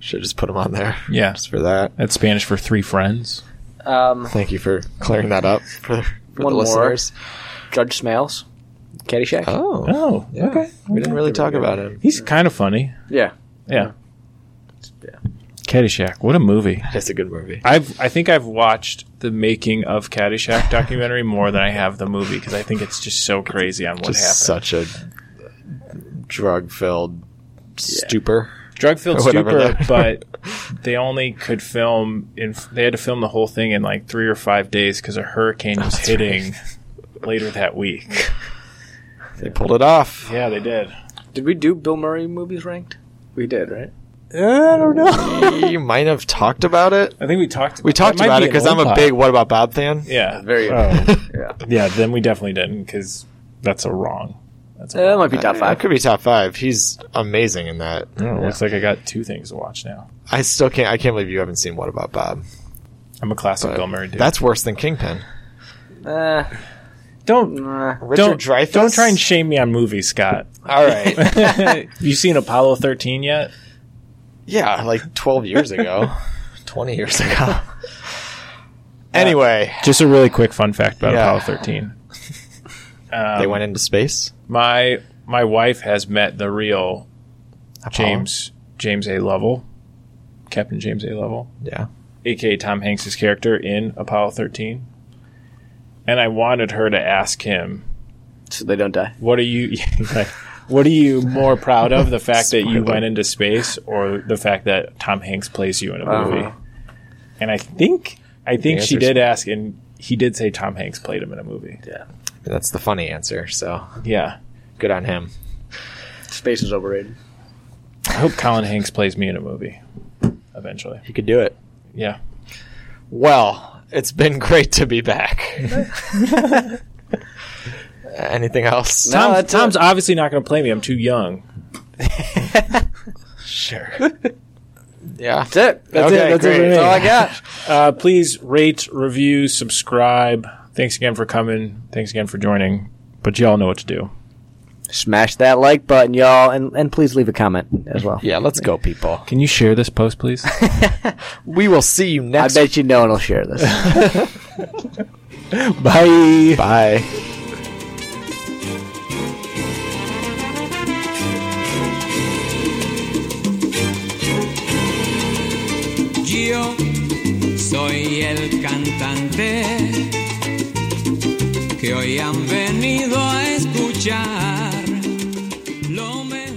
Speaker 1: Should just put him on there.
Speaker 3: Yeah.
Speaker 1: just for that.
Speaker 3: That's Spanish for three friends.
Speaker 2: Um,
Speaker 1: Thank you for clearing that up for, for
Speaker 2: One
Speaker 1: the
Speaker 2: more.
Speaker 1: listeners.
Speaker 2: Judge Smales? Caddyshack?
Speaker 1: Oh,
Speaker 3: Oh, okay.
Speaker 1: we didn't really talk about him.
Speaker 3: He's kind of funny.
Speaker 2: Yeah.
Speaker 3: Yeah.
Speaker 2: Yeah.
Speaker 3: Caddyshack. What a movie.
Speaker 1: That's a good movie.
Speaker 3: I've I think I've watched the making of Caddyshack documentary more than I have the movie because I think it's just so crazy on what
Speaker 1: Just
Speaker 3: happened.
Speaker 1: such a drug-filled stupor.
Speaker 3: Drug filled
Speaker 1: or whatever
Speaker 3: stupor,
Speaker 1: that-
Speaker 3: but they only could film in. They had to film the whole thing in like three or five days because a hurricane was
Speaker 1: That's
Speaker 3: hitting later that week.
Speaker 1: They pulled it off.
Speaker 3: Yeah, they did.
Speaker 2: Did we do Bill Murray movies ranked? We did, right?
Speaker 3: I don't know.
Speaker 1: you might have talked about it.
Speaker 3: I think we talked.
Speaker 1: We talked
Speaker 3: that might
Speaker 1: about
Speaker 3: be
Speaker 1: it
Speaker 3: an
Speaker 1: because I'm a
Speaker 3: old
Speaker 1: big
Speaker 3: pod.
Speaker 1: What About Bob fan.
Speaker 3: Yeah,
Speaker 2: Very-
Speaker 3: Oh,
Speaker 2: Yeah. Eh,
Speaker 3: yeah, then we definitely didn't because that's a wrong. That's a
Speaker 2: That
Speaker 3: wrong.
Speaker 2: might be top
Speaker 1: Uh, it
Speaker 2: five.
Speaker 1: could be top five. He's amazing in that.
Speaker 3: Oh, looks like I got two things to watch now.
Speaker 1: I still can't. I can't believe you haven't seen What About Bob.
Speaker 3: I'm a classic
Speaker 1: But
Speaker 3: Bill Murray dude.
Speaker 1: That's worse than Kingpin.
Speaker 2: Uh,
Speaker 3: don't
Speaker 2: nah.
Speaker 1: Richard
Speaker 3: don't
Speaker 1: Dreyfuss.
Speaker 3: don't try and shame me on movies, Scott.
Speaker 1: All right.
Speaker 3: you seen Apollo 13 yet?
Speaker 1: Yeah, like 12 years ago, 20 years ago. anyway,
Speaker 3: Just a really quick fun fact about
Speaker 1: Yeah.
Speaker 3: Apollo 13. Um,
Speaker 1: they went into space.
Speaker 3: my my wife has met the real
Speaker 1: Uh-huh.
Speaker 3: James James A. Lovell, Captain James A. Lovell,
Speaker 1: Apollo? Yeah.
Speaker 3: aka Tom Hanks's character in Apollo 13. and I wanted her to ask him,
Speaker 2: so they don't die.
Speaker 3: "What are you like, What are you more proud of? The fact that you went into space, or the fact that Tom Hanks plays you in a movie?"
Speaker 2: Uh-huh.
Speaker 3: And I think I think she answer's- did ask, and he did say Tom Hanks played him in a movie.
Speaker 1: That's the funny answer. So
Speaker 3: Yeah,
Speaker 1: good on him.
Speaker 2: Space is overrated.
Speaker 3: I hope Colin Hanks plays me in a movie eventually.
Speaker 1: He could do it.
Speaker 3: Yeah.
Speaker 1: Well, it's been great to be back. Anything else?
Speaker 2: No,
Speaker 3: Tom,
Speaker 2: that's
Speaker 3: Tom's
Speaker 2: it.
Speaker 3: obviously not going to play me. I'm too young.
Speaker 1: Sure. yeah.
Speaker 2: That's it.
Speaker 3: That's
Speaker 1: Okay,
Speaker 3: it. That's,
Speaker 1: great.
Speaker 3: it for me.
Speaker 1: That's
Speaker 2: all I got.
Speaker 3: Uh, please rate, review, subscribe. Thanks again for coming. Thanks again for joining. But y'all know what to do.
Speaker 2: Smash that like button, y'all, and, and please leave a comment as well.
Speaker 1: Yeah, let's go, people.
Speaker 3: Can you share this post, please?
Speaker 1: We will see you
Speaker 2: I
Speaker 1: next
Speaker 2: bet you no one will share this.
Speaker 3: Bye.
Speaker 1: Bye.
Speaker 4: Yo soy el cantante que hoy han venido a escuchar lo mejor.